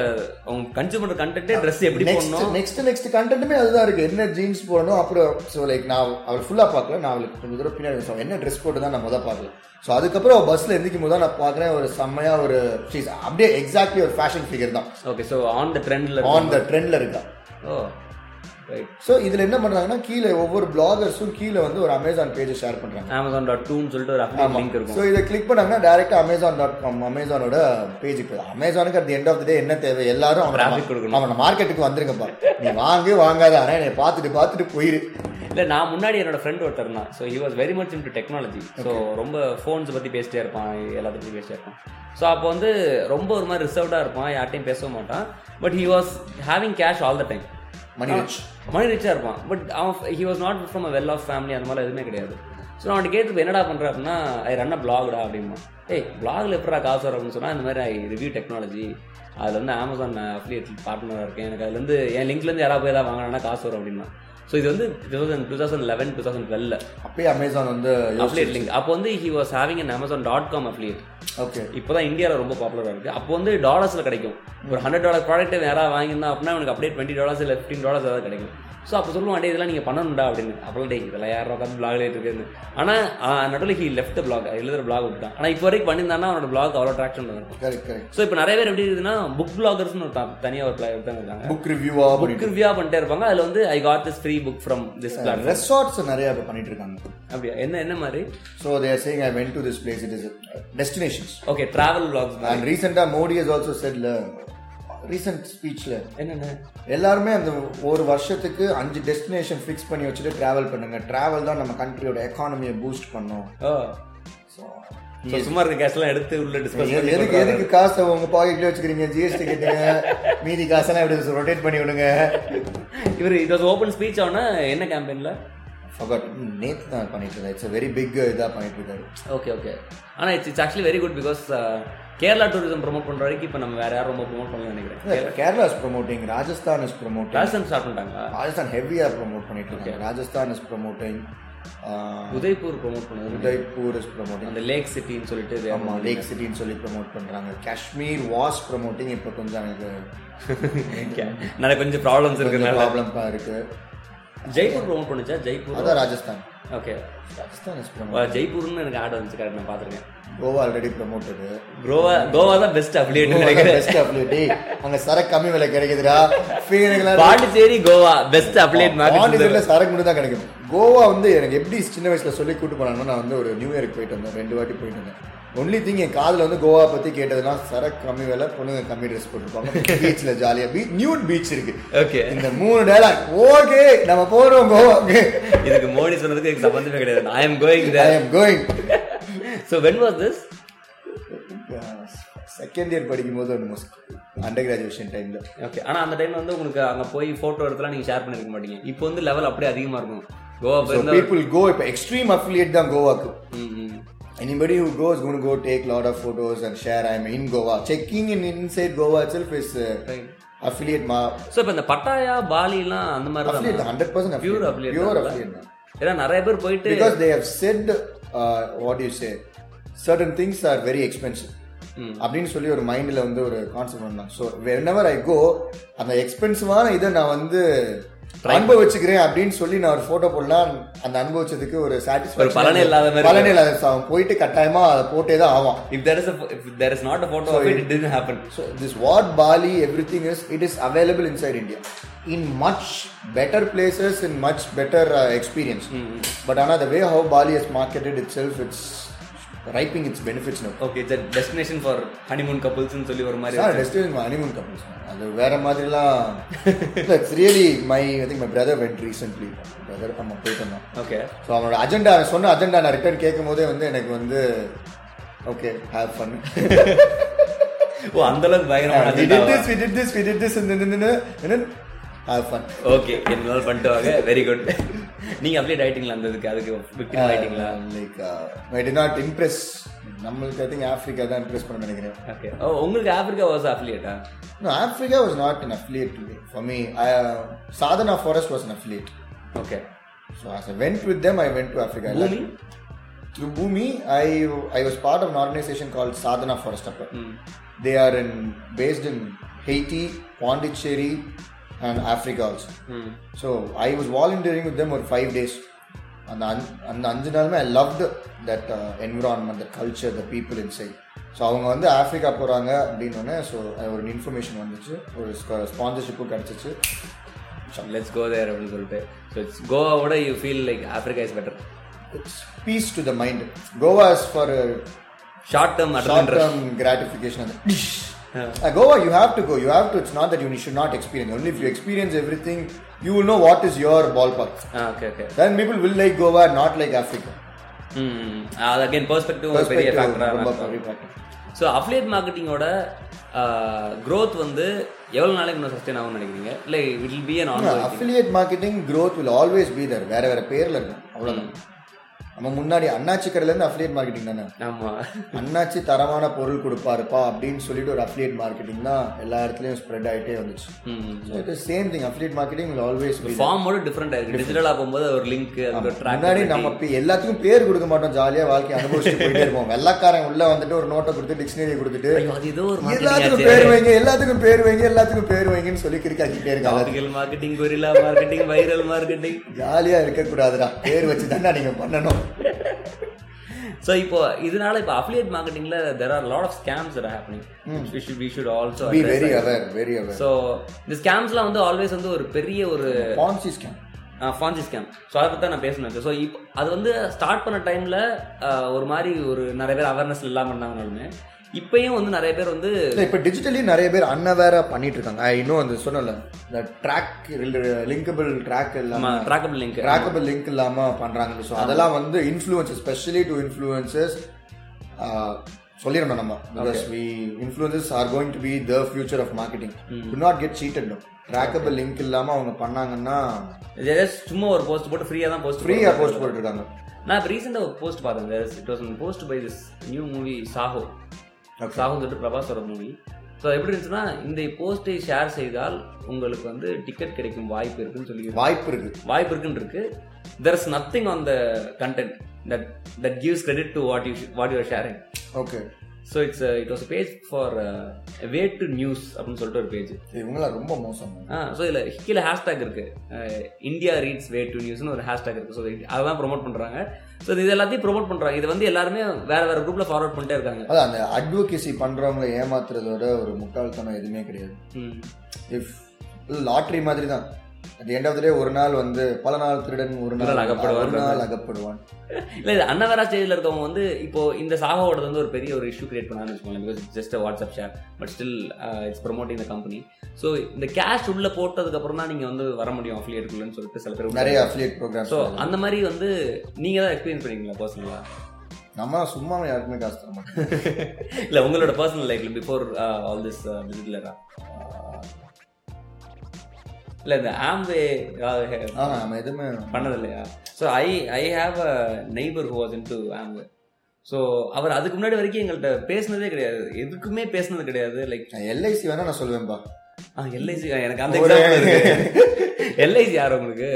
அவங்க கன்சியூம் பண்ற கண்டென்ட்டே ட்ரெஸ் எப்படி நெக்ஸ்ட் போடணும் நெக்ஸ்ட் நெக்ஸ்ட் கண்டென்ட்டுமே அதுதான் இருக்கு என்ன ஜீன்ஸ் போடணும் அப்புறம் ஸோ லைக் நான் அவள் ஃபுல்லாக பார்க்கல நான் அவளுக்கு கொஞ்சம் தூரம் பின்னாடி இருந்தேன். So, என்ன ட்ரெஸ் போட்டு தான் நான் முதல் பார்க்கல ஸோ அதுக்கப்புறம் அவள் பஸ்ஸில் எந்திக்கும் போது தான் நான் பார்க்குறேன் ஒரு செம்மையா ஒரு she's அப்படியே எக்ஸாக்ட்லி ஒரு ஃபேஷன் ஃபிகர் தான் ஓகே சோ ஆன் த ட்ரெண்ட்ல ஆன் த ட்ரெண்டில் இருக்கா ஓ ரைட் ஸோ இதில் என்ன பண்ணுறாங்கன்னா கீழே ஒவ்வொரு பிளாகர்ஸும் கீழே வந்து ஒரு அமேசான் பேஜை ஷேர் பண்ணுறாங்க அமேசான் டாட் டூன்னு சொல்லிட்டு ஒரு அப்ளிக் லிங்க் இருக்கும் ஸோ இதை கிளிக் பண்ணாங்கன்னா டேரெக்டாக அமேசான் டாட் காம் அமேசானோட பேஜுக்கு அமேசானுக்கு at end of the day என்ன தேவை எல்லாரும் Traffic அவன் கொடுக்கணும். அவன் மார்க்கெட்டுக்கு வந்துருங்கப்பா நீ வாங்கு வாங்காத ஆனால் என்னை பார்த்துட்டு பார்த்துட்டு போயிரு இல்ல நான் முன்னாடி என்னோட ஃப்ரெண்ட் ஒருத்தர் இருந்தான் so he was very much in to technology so ரொம்ப ஃபோன்ஸ் பத்தி பேசிட்டே இருப்பான் எல்லாத்தையும் பத்தி பேசிட்டே இருப்பான் ஸோ அப்போ வந்து ரொம்ப ஒரு மாதிரி ரிசர்வ்டா இருப்பான் யார்ட்டையும் பேச மாட்டான் but he was having cash all the time money rich money ரிச்சா இருப்பான் பட் அவன் he was not from a well off family அந்த மாதிரி எதுவுமே கிடையாது ஸோ நான் அவன் கேட்டு என்னடா பண்ற அப்படின்னா ஐ ரன் அ பிளாக்டா அப்படிமா ஏய் பிளாக்ல எப்படா காசு வரும் அப்படின்னு சொன்னா இந்த மாதிரி ஐ ரிவ்யூ டெக்னாலஜி அதுல வந்து அமேசான் அஃபிலியேட் பார்ட்னராக இருக்கேன் எனக்கு அதுல இருந்து என் லிங்க்ல இருந்து யாராவது போய் ஏதாவது வாங்கினா காசு வரும் அப்படின்னா ஸோ இது வந்து two thousand two thousand eleven two thousand டுவெல்ல அப்பயே அமேசான் வந்து அஃபிலியேட் லிங்க் அப்போ வந்து he was having an Amazon dot com affiliate okay இப்போதான் இந்தியாவில் ரொம்ப பாப்புலராக இருக்குது அப்போ வந்து டாலர்ஸில் கிடைக்கும் ஒரு ஹண்ட்ரட் டாலர் ப்ராடக்ட் யாராவது வாங்கியிருந்தா அப்படின்னா உனக்கு அப்படியே டுவெண்ட்டி டாலர்ஸ் இல்லை ஃபிஃப்டின் டாலர்ஸ் ஏதாவது கிடைக்கும் ஸோ அப்போ சொல்லுவோம் அடே இதெல்லாம் நீங்கள் பண்ணணும்டா அப்படின்னு அப்போலாம் டே இதெல்லாம் யாரும் உட்காந்து பிளாக்ல இருக்குன்னு ஆனால் நடுவில் ஹி லெஃப்ட் பிளாக் எழுதுற பிளாக் விட்டுட்டான் ஆனால் இப்போ வரைக்கும் பண்ணியிருந்தானா அவனோட பிளாக் அவ்வளோ ட்ராக்ஷன் இருக்கும் கரெக்ட் கரெக்ட் ஸோ இப்போ நிறைய பேர் எப்படி இருக்குதுன்னா புக் பிளாகர்ஸ்னு ஒரு தனியாக ஒரு பிளாக் தான் இருக்காங்க புக் ரிவ்யூவா புக் ரிவ்யூ பண்ணிட்டே இருப்பாங்க அதில் வந்து I got this free book from this blog resorts நிறைய இப்போ பண்ணிட்டு இருக்காங்க அப்படியா என்ன என்ன மாதிரி so they're saying I went to this place it is destinations okay travel blogs தான் அண்ட் ரீசெண்டாக மோடி இஸ் ஆல்சோ செட்ல ரீசெண்ட் ஸ்பீச்ல என்னென்ன எல்லாருமே அந்த ஒரு வருஷத்துக்கு அஞ்சு டெஸ்டினேஷன் ஃபிக்ஸ் பண்ணி வச்சுட்டு டிராவல் பண்ணுங்க டிராவல் தான் நம்ம கண்ட்ரியோட எக்கானமியை பூஸ்ட் பண்ணும் ஓ ஸோ So, சும்மா இருக்க கேஷ்லாம் எடுத்து உள்ள டிஸ்கஸ் எதுக்கு எதுக்கு காசை உங்க பாக்கெட்ல வச்சுக்கிறீங்க ஜிஎஸ்டி கேட்டீங்க மீதி காசெல்லாம் எப்படி ரொட்டேட் பண்ணி விடுங்க இவர் இட் வாஸ் ஓப்பன் ஸ்பீச் ஆனா என்ன கேம்பெயின்ல ஃபகட் நேத்து தான் பண்ணிட்டு இருந்தேன் இட்ஸ் வெரி பிக் இதா பண்ணிட்டு இருக்காரு ஓகே ஓகே ஆனா it's it's actually very good because Kerala tourism promote பண்ற வரைக்கும் இப்போ நம்ம வேற யாரும் ரொம்ப ப்ரோமோட் பண்ணல நினைக்கிறேன் Kerala is promoting Rajasthan is promoting Rajasthan start பண்ணிட்டாங்களா ராஜஸ்தான் ஹெவியா ப்ரோமோட் பண்ணிட்டு இருக்காங்க Rajasthan is promoting Udaipur promote பண்ணது உதய்பூர் இஸ் ப்ரோமோட்டிங் அந்த லேக் சிட்டின்னு சொல்லிட்டு வே- ஆமா லேக் சிட்டின்னு சொல்லி ப்ரோமோட் பண்றாங்க காஷ்மீர் வாஸ் ப்ரோமோட்டிங் இப்போ கொஞ்சம் எனக்கு நிறைய கொஞ்சம் ப்ராப்ளம்ஸ் இருக்குதுனால ப்ராப்ளம் இருக்கு ஜெய்ப்பூர் ப்ரோமோட் பண்ணுச்சா ஜெய்ப்பூர் அதான் Rajasthan okay Rajasthan is promote ஜெய்ப்பூர்னு எனக்கு ஆட் வந்துச்சு கரெக்ட் நான் பார்த்துருக்கேன் கோவா ஆல்ரெடி ப்ரோமோட்டடு கோவா கோவா தான் பெஸ்ட் அப்ளியேட் நினைக்கிறேன் பெஸ்ட் அப்ளிட்டி அங்க சரக்கு கம்மி விலை கிடைக்குதுடா ஃபீனுங்களா பாண்டிச்சேரி கோவா பெஸ்ட் அப்ளியேட் மாதிரி பாண்டிச்சேரியில் சரக்கு மட்டும் தான் கிடைக்கும் கோவா வந்து எனக்கு எப்படி சின்ன வயசுல சொல்லி கூட்டு போனாங்கன்னா நான் வந்து ஒரு நியூ இயருக்கு போயிட்டு வந்தேன் ரெண்டு வாட்டி போயிட்டு வந்தேன் ஒன்லி திங் என் காதுல வந்து கோவா பத்தி கேட்டதுன்னா சரக்கு கம்மி விலை பொண்ணுங்க கம்மி ட்ரெஸ் போட்டிருப்பாங்க பீச்ல ஜாலியா பீச் நியூட் பீச் இருக்கு ஓகே இந்த மூணு டேலாக் ஓகே நம்ம போறோம் கோவாக்கு இதுக்கு மோடி சொன்னதுக்கு எனக்கு சம்பந்தமே கிடையாது I am going I am going so when was this second year படிக்கும் போது ஒன்று அண்டர் கிராஜுவேஷன் டைம்ல ஓகே ஆனால் அந்த டைம்ல வந்து உங்களுக்கு அங்கே போய் ஃபோட்டோ எடுத்துலாம் நீங்கள் ஷேர் பண்ணிருக்க மாட்டீங்க இப்போ வந்து லெவல் அப்படியே அதிகமாக இருக்கும் கோவா போயிருந்தா பீப்புள் கோ இப்போ எக்ஸ்ட்ரீம் அஃபிலியேட் தான் கோவாக்கு ம், ம். Anybody who goes going to go take lot of photos and share. I'm in Goa. Checking in inside Goa itself is uh, Right. affiliate ma. So இப்போ இந்த பட்டாயா பாலிலாம் அந்த மாதிரி Affiliate, தான் hundred percent affiliate. Pure affiliate Pure தான், affiliate. ma. ஏன்னா நிறைய பேர் போயிட்டு Because they have said, uh, what do you say? Certain things are very expensive. அப்படின்னு சொல்லி ஒரு மைண்டில் வந்து ஒரு கான்செப்ட் பண்ணலாம் ஸோ வென்எவர் ஐ கோ அந்த எக்ஸ்பென்சிவான இதை நான் வந்து அனுபவிச்சுக்கிறேன் அப்படின்னு சொல்லி நான் ஒரு ஃபோட்டோ போடலாம் அந்த அனுபவிச்சதுக்கு ஒரு சாட்டிஸ்ஃபை பலனே இல்லாத மாதிரி பலனே இல்லாத அவன் போயிட்டு கட்டாயமா அதை போட்டே தான் ஆவான் if there is if there is not a photo of it did happen So this what Bali, everything is it is available inside India in much better places in much better uh, experience. But another way how Bali has marketed itself, it's ripening its benefits now. Okay it's a destination for honeymoon கப்புள்ஸ்னு சொல்லி ஒரு மாதிரி It's destination for honeymoon couples. அது வேற மாதிரிலாம் it's really my I think my brother went recently brother நம்ம போயிட்டு வந்தோம் ஓகே ஸோ அவனோட அஜெண்டா சொன்ன அஜெண்டா நான் ரிட்டர்ன் கேட்கும் போதே வந்து எனக்கு வந்து ஓகே ஹேவ் ஃபன் ஓ அந்த அளவுக்கு we did பயங்கரமான this, we did this, we did this, and then, and then, and then, and then have fun. Okay என்னால் பண்ணிட்டு வாங்க வெரி குட் நீங்க அப்படியே டயட்டிங்ல அந்த இதுக்கு அதுக்கு விக்டிம் ஆயிட்டீங்களா like I did not impress நம்மளுக்கு ஐ திங்க் ஆஃப்ரிக்கா தான் இம்ப்ரெஸ் பண்ண நினைக்கிறேன் ஓகே Oh, உங்களுக்கு ஆப்பிரிக்கா வாஸ் அஃபிலியேட்டா No, Africa was not an affiliate to me. For me, I, uh, Sadhana Forest was an affiliate. Okay So as I went with them, I went to Africa. I Bhumi like- through Bhumi, I I was part of an organization called Sadhana Forest Upper. Hmm. They are in based in Haiti, Pondicherry, and Africa also. ம் So I was volunteering with them for five days. And அந்த- அந்த அஞ்சு நாளுமே I love that environment the culture the people inside so அவங்க வந்து Africa போகிறாங்க அப்படின்னோடனே so ஒரு இன்ஃபர்மேஷன் வந்துச்சு ஒரு ஸ்பான்சர்ஷிப்பும் கிடச்சிச்சு லெட்ஸ் கோ தேர் அப்படின்னு சொல்லிட்டு ஸோ இட்ஸ் கோவாவோட you feel like Africa is better it's peace to the mind Goa is for short term short advantage term gratification அது Uh, Goa, you have to go. You have to. It's not that you should not experience. Only if you experience everything, you will know what is your ballpark. Okay okay Then people will like Goa, not like Africa. ம் அது again perspective ஒரு பெரிய Perspective ரொம்ப ஃபேக்டராக பெரிய factor. So affiliate மார்க்கெட்டிங்கோட ah, growth வந்து எவ்வளோ நாளைக்கு இன்னும் சஸ்டெயின் ஆகும்னு நினைக்கிறீங்க இல்லை it will be an on affiliate marketing growth will always be there வேற வேற பேர்ல இருக்கும் அவ்வளவுதான் நம்ம முன்னாடி அண்ணாச்சி கடையில இருந்து அஃபிலியேட் மார்க்கெட்டிங் தானே ஆமாம் அண்ணாச்சி தரமான பொருள் கொடுப்பாருப்பா அப்படின்னு சொல்லிட்டு ஒரு அஃபிலியேட் மார்க்கெட்டிங் தான் எல்லா இடத்துலயும் ஸ்ப்ரெட் ஆயிட்டே வந்துச்சு ம் same thing affiliate marketing will always be there. ஃபார்மோட டிஃப்ரெண்ட் ஆயிருக்கு டிஜிட்டலாக போகும்போது அது ஒரு லிங்க் அது ஒரு ட்ராக் முன்னாடி நம்ம இப்ப எல்லாத்துக்கும் பேர் கொடுக்க மாட்டோம் ஜாலியா வாழ்க்கை அனுபவிச்சுட்டு போயிட்டே இருப்போம் வெள்ளக்காரன் உள்ள வந்துட்டு ஒரு நோட்டை கொடுத்து டிக்ஷனரி கொடுத்துட்டு அது ஏதோ ஒரு எல்லாத்துக்கும் மார்க்கெட்டிங் பேர் வைங்க எல்லாத்துக்கும் பேர் வைங்க எல்லாத்துக்கும் பேர் வைங்கன்னு சொல்லி கிரிக்காக்கிட்டே இருக்காங்க marketing guerrilla marketing viral marketing ஜாலியா இருக்கக்கூடாதுடா பேர் வச்சு தானே நீங்க பண்ணணும் ஸோ இப்போ இதனால இப்போ அஃபிலியேட் மார்க்கெட்டிங்ல there are lot of scams are happening we should we should also be very aware very aware so இந்த ஸ்கேம்ஸ்லாம் வந்து ஆல்வேஸ் வந்து ஒரு பெரிய ஒரு fancy scam fancy scam so அதை பற்றி நான் பேசணும் ஸோ இப்போ அது வந்து ஸ்டார்ட் பண்ண டைமில் ஒரு மாதிரி ஒரு நிறைய பேர் அவேர்னஸ் இல்லாமல் இருந்தாங்கனாலுமே இப்பயும் வந்து நிறைய பேர் வந்து இல்லை இப்போ டிஜிட்டலி நிறைய பேர் அன்னவேரா பண்ணிட்டு இருக்காங்க ஐ இன்னும் அந்த சொன்னல இந்த ட்ராக் லிங்கபிள் ட்ராக் இல்லாம ட்ராக்கபிள் லிங்க் ட்ராக்கபிள் லிங்க் இல்லாம பண்றாங்க ஸோ அதெல்லாம் வந்து இன்ஃப்ளூயன்ஸ் ஸ்பெஷலி டு இன்ஃப்ளூயன்சஸ் சொல்லிடணும் நம்ம because we influencers are going to be the future of marketing to not get cheated trackable link இல்லாம அவங்க பண்ணாங்கன்னா ஜஸ்ட் சும்மா ஒரு போஸ்ட் போட்டு ஃப்ரீயாக தான் போஸ்ட் ஃப்ரீயாக போஸ்ட் போட்டுருக்காங்க நான் இப்போ ரீசெண்டாக ஒரு போஸ்ட் பார்த்தேன் it was post by this new movie Saaho Okay. சாஹோன்னு சொல்லிட்டு பிரபாஸோட மூவி ஸோ எப்படி இருந்துச்சுன்னா இந்த போஸ்ட்டை ஷேர் செய்தால் உங்களுக்கு வந்து டிக்கெட் கிடைக்கும் வாய்ப்பு இருக்குன்னு சொல்லி வாய்ப்பு இருக்கு வாய்ப்பு இருக்குன்னு இருக்கு there is nothing on the content that that gives credit to what you what you're sharing okay so it's it was page for way to news அப்படின்னு சொல்லிட்டு ஒரு பேஜ் இவங்களாம் ரொம்ப மோசம் ஆ ஸோ இதில் கீழே ஹேஷ்டேக் இருக்கு இந்தியா ரீட்ஸ் வே டு நியூஸ்னு ஒரு ஹேஷ்டேக் இருக்கு ஸோ அதெல்லாம் ப்ரோமோட் பண்ணுறாங்க ஸோ இது எல்லாத்தையும் ப்ரோமோட் பண்ணுறாங்க இது வந்து எல்லாருமே வேற வேற குரூப்பில் ஃபார்வர்ட் பண்ணிட்டே இருக்காங்க அதான் அந்த அட்வொகேசி பண்றவங்கள ஏமாத்துறதோட ஒரு முட்டாள்தனம் எதுவுமே கிடையாது ம். இஃப் லாட்ரி மாதிரி தான் அட் எண்ட் ஆஃப் டே ஒரு நாள் வந்து பல நாள் திருடன் ஒரு நாள் திருடன் அகப்படுவான். ஒரு நாள் அகப்படுவான் இல்ல இது அன்னவரா ஸ்டேஜ்ல இருக்கவங்க வந்து இப்போ இந்த சாகோட வந்து ஒரு பெரிய ஒரு இஷ்யூ கிரியேட் பண்ணான்னு வச்சுக்கோங்களேன் because just WhatsApp share but still it's promoting the company so இந்த கேஷ் உள்ள போட்டதுக்கு அப்புறம் தான் நீங்க வந்து வர முடியும் அஃபிலியேட்டுக்குள்ளன்னு சொல்லிட்டு சில பேர் நிறைய அஃபிலியேட் ப்ரோக்ராம்ஸ் ஸோ அந்த மாதிரி வந்து நீங்க தான் எக்ஸ்பீரியன்ஸ் பண்ணீங்களா பர்சனலா நம்ம சும்மா யாருக்குமே காசு தர மாட்டோம் இல்ல உங்களோட பர்சனல் லைஃப்ல பிஃபோர் ஆல் திஸ் டிஜிட்டலரா இல்ல இந்த ஆம்வே ஆ, நம்ம எதுவுமே பண்ணது இல்லையா so I I have a neighbour who was in to Amway so அவர் அதுக்கு முன்னாடி வரைக்கும் எங்கள்கிட்ட பேசினதே கிடையாது எதுக்குமே பேசினது கிடையாது லைக் எல்ஐசி வேணா நான் சொல்லுவேன்பா எல்ஐசி எனக்கு அந்த ஒரே- எக்ஸாம்பிள் இருக்கு எல்ஐசி யார் உங்களுக்கு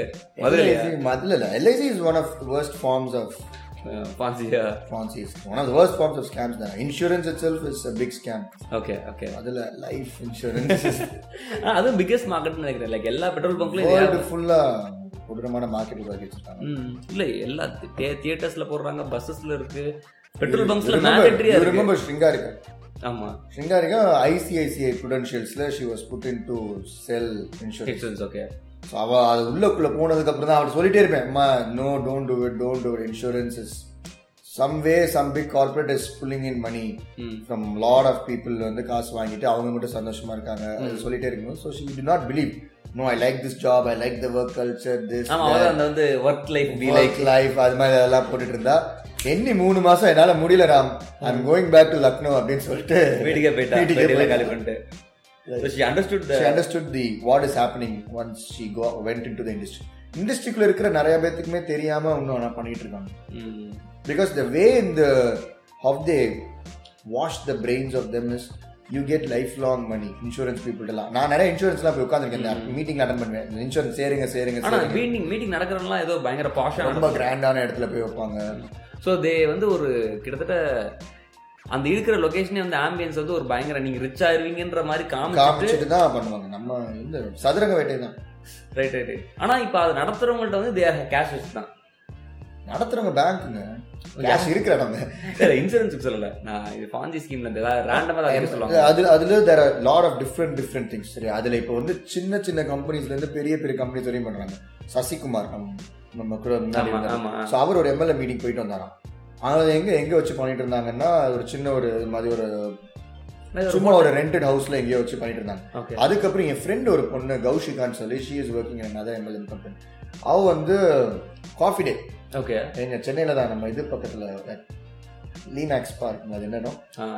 மதுரையா LIC மதுரையில இல்ல LIC is one of worst forms of பாசியா ஃபான்சிஸ் one of worst forms of scams தான் insurance itself is big scam okay okay அதுல லைஃப் இன்சூரன்ஸ் அதுவும் பிக்கஸ்ட் மார்க்கெட்னு நினைக்கிறேன் லைக் எல்லா பெட்ரோல் பங்க்லையும் வேர்ல்டு ஃபுல்லா கொடூரமான மார்க்கெட் உருவாக்கி வச்சிருக்காங்க ம் இல்ல எல்லா தியேட்டர்ஸ்ல போடுறாங்க பஸ்ஸஸ்ல இருக்கு பெட்ரோல் பங்க்ஸ்ல மேண்டட்ரியா இருக்கு ரிமெம்பர் ஸ்ரிங்காரிகா ஆமா ஸ்ரிங்காரிகா ஐசிஐசிஐ ப்ரூடென்ஷியல்ஸ்ல she was put in to sell insurance it's okay அவ அது உள்ளக்குள்ள போனதுக்கு அப்புறம் தான் அவர் சொல்லிட்டே இருப்பேன் அம்மா no don't do it don't do insurance is some way some big corporate is pulling in money ம் ஃப்ரம் லாட் ஆஃப் பீப்புள் வந்து காசு வாங்கிட்டு அவங்க மட்டும் சந்தோஷமா இருக்காங்க அது சொல்லிட்டே இருக்கணும் so she do not believe no I like this job I like the work culture this ஆமா அவர் அந்த வந்து work life be like like life அது மாதிரி அதெல்லாம் போட்டுட்டு இருந்தா எண்ணி மூணு மாசம் என்னால முடியல Ram I'm going back to Lucknow அப்படின்னு சொல்லிட்டு வீட்டுக்கே போயிட்டா வீட்டுக்கே வீட்டுல போயிட்டா. காலி பண்ணிட்டு So she understood the she understood the what is happening once she go went into the industry இண்டஸ்ட்ரிக்குள்ள இருக்கிற நிறைய பேத்துக்குமே தெரியாம இன்னும் ஆனா பண்ணிட்டு இருக்காங்க ம். because the way in the how they wash the brains of them is you get lifelong money insurance people எல்லாம் நான் நிறைய இன்சூரன்ஸ்லாம் போய் உட்காந்துருக்கேன் மீட்டிங் அட்டன் பண்ணுவேன் இன்சூரன்ஸ் சேருங்க சேருங்க ஆனா சேருங்க மீட்டிங் மீட்டிங் நடக்கிறவங்களாம் ஏதோ பயங்கர ரொம்ப பாஷா கிராண்டான இடத்துல போய் வைப்பாங்க ஸோ தே வந்து ஒரு கிட்டத்தட்ட அந்த இருக்கிற லொகேஷனே வந்து ஆம்பியன்ஸ் வந்து ஒரு பயங்கர நீங்க ரிச் ஆயிருவீங்கன்ற மாதிரி காமிச்சிட்டு காமிச்சிட்டு தான் பண்ணுவாங்க நம்ம இந்த சதுரங்க வேட்டை தான் ரைட் ரைட் ரைட் ஆனா இப்போ அது நடத்துறவங்கள்ட்ட வந்து தே கேஷ் வச்சு தான் நடத்துறவங்க பேங்க்குங்க கேஷ் இருக்கிற இடங்க இன்சூரன்ஸுக்கு சொல்லல நான் இது பாஞ்சி ஸ்கீம்ல இந்த ரேண்டமாக தான் சொல்லுவாங்க அது அதுல there are lot of different different things சரி அதுல இப்போ வந்து சின்ன சின்ன கம்பெனிஸ்ல இருந்து பெரிய பெரிய கம்பெனிஸ் வரையும் பண்றாங்க சசிகுமார் நம்ம- நம்ம கூட முன்னாடி ஆமா இருந்தாரு. ஆமா ஸோ அவர் ஒரு எம்எல்ஏ மீட்டிங் போயிட்டு வந்தாராம் ஆனால் எங்க எங்க வச்சு பண்ணிட்டு இருந்தாங்கன்னா ஒரு சின்ன ஒரு இது மாதிரி ஒரு சும்மா ஒரு ரெண்டட் ஹவுஸ்ல எங்கேயோ வச்சு பண்ணிட்டு இருந்தாங்க ஓகே அதுக்கப்புறம் என் ஃப்ரெண்ட் ஒரு பொண்ணு கௌஷிகான்னு சொல்லி ஷி இஸ் ஒர்க்கிங் அதான் எம்எல்ஏ கம்பெனி அவ வந்து காஃபி டே ஓகே எங்க சென்னையில தான் நம்ம இது பக்கத்துல லீனாக்ஸ் பார்க் அது என்னன்னா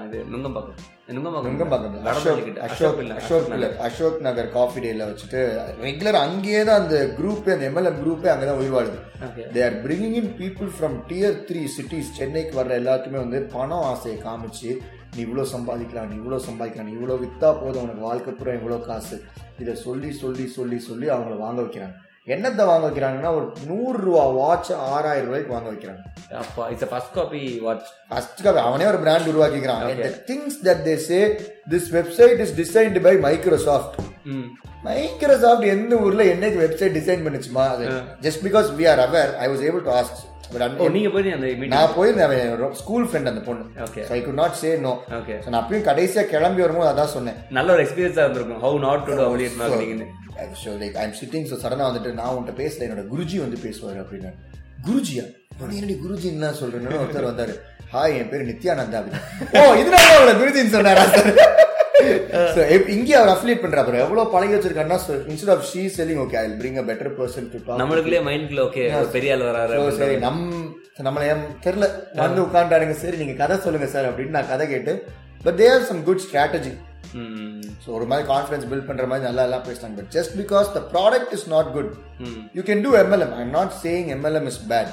இது நுங்கம் பாக்கம் நுங்கம் பாக்கம் எங்க பக்கத்துல அசோக் அசோக் அசோக் நகர் அசோக் நகர் காஃபி டேல வச்சுட்டு ரெகுலர் அங்கேயே தான் அந்த குரூப்பே அந்த எம்எல்ஏ குரூப்பே அங்கே தான் உயிர் வாழுது okay they are bringing in people from tier three cities சென்னைக்கு வர்ற எல்லாத்துக்குமே வந்து பணம் ஆசையை காமிச்சு நீ இவ்வளோ சம்பாதிக்கலாம் நீ இவ்வளோ சம்பாதிக்கலாம் நீ இவ்வளோ விற்றா போதும் உனக்கு வாழ்க்கை பூரா இவ்வளோ காசு இதை சொல்லி சொல்லி சொல்லி சொல்லி அவங்கள வாங்க வைக்கிறாங்க என்னத்தை வாங்க வைக்கிறாங்கன்னா ஒரு நூறுரூவா வாட்ச் ஆறாயிரம் ரூபாய்க்கு வாங்க வைக்கிறாங்க அப்பா இட்ஸ் ஃபர்ஸ்ட் காப்பி வாட்ச் ஃபர்ஸ்ட்டுக்காக அவனே ஒரு பிராண்ட் உருவாக்கிக்கிறான் இந்த things that they say this website is designed by Microsoft hmm Microsoft எந்த ஊர்ல என்னைக்கு வெப்சைட் டிசைன் பண்ணுச்சுமா அது just because we are aware I was able to ask oh but நீங்க போய் அந்த மீட்டிங் நான் போயிருந்தேன் ஸ்கூல் ஃப்ரெண்ட் அந்த பொண்ணு okay I could not say no okay so நான் அப்பயும் கடைசியாக கிளம்பி வரும்போது அதான் சொன்னேன் நல்ல ஒரு எக்ஸ்பீரியன்ஸா இருந்திருக்கும் ஹவு நாட் டு அப்ளியேட் மார்க்கெட்டிங்னு so like I'm sitting so சடனாக வந்துட்டு நான் உன்கிட்ட பேசல என்னோட குருஜி வந்து பேசுவார் அப்படின்னு குருஜியா நான் என்னடி குருஜின்னு நான் சொல்றேன்னு ஒருத்தர் வந்தாரு ஹாய் என் பேர் நித்யானந்தா அப்படின்னு ஓ இதனால அவளை குருஜின்னு சொன்னாரா சார் ஸோ இங்கே அவர் அஃபிலியேட் பண்ற அப்புறம் எவ்வளோ பழகி வச்சிருக்காருன்னா instead of she selling okay I bring a better person to talk நம்மளுக்குள்ளே மைண்ட்ல ஓகே பெரிய ஆள் வராரு So, சரி நம் நம்மள ஏன் தெரியல வந்து உட்காண்டாருங்க சரி நீங்க கதை சொல்லுங்க சார் அப்படின்னு நான் கதை கேட்டு but there some good strategy hmm so ஒரு மாதிரி கான்ஃபிடன்ஸ் பில்ட் பண்ற மாதிரி நல்லா எல்லாம் பேசுறாங்க but just because the product is not good hmm you can do MLM I not saying MLM is bad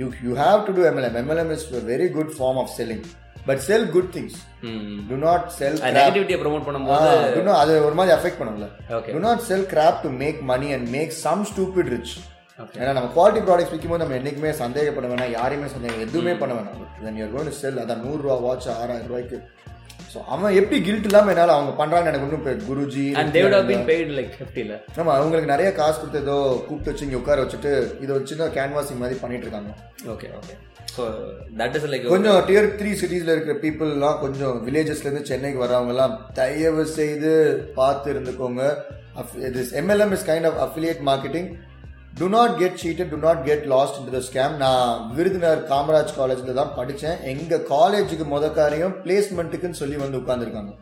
you you have to do MLM MLM is very good form of selling but sell good things hmm to not sell நெகட்டிவிட்டியை promote பண்ணும்போது Ah, அது ஒரு மாதிரி affect பண்ணும்ல okay to not sell crap to make money and make some stupid rich Okay. ஏன்னா நம்ம quality products விற்கும்போது நம்ம என்றைக்குமே சந்தேகப்பட வேணாம் யாரையுமே சந்தேகம் எதுவுமே பண்ண வேணாம் வென் யூர் கோயின் செல் அதான் நூறுரூவா வாட்ச் ஆறாயிரம் ரூபாய்க்கு ஸோ அவன் எப்படி கில்ட் இல்லாமல் என்னால் அவங்க பண்ணுறாங்கன்னு எனக்கு ஒன்றும் பெரிய Guruji and they would have been paid like 50 ல ஆமா அவங்களுக்கு நிறைய காசு கொடுத்து ஏதோ கூப்பிட்டு வச்சு இங்கே உட்கார வச்சுட்டு இதை ஒரு சின்ன கேன்வாசிங் மாதிரி பண்ணிட்டு இருக்காங்க okay okay so that is like கொஞ்சம் டியர் த்ரீ சிட்டிஸில் இருக்கிற பீப்புளெலாம் கொஞ்சம் வில்லேஜஸ்லேருந்து சென்னைக்கு வரவங்கலாம் தயவு செய்து பார்த்து இருந்துக்கோங்க this MLM is kind of affiliate marketing to not get cheated to not get lost in the scam நான் விருதுநகர் காமராஜ் காலேஜில் தான் படித்தேன் எங்கள் காலேஜுக்கு முத காரியம் பிளேஸ்மெண்ட்டுக்குன்னு சொல்லி வந்து உட்காந்துருக்காங்க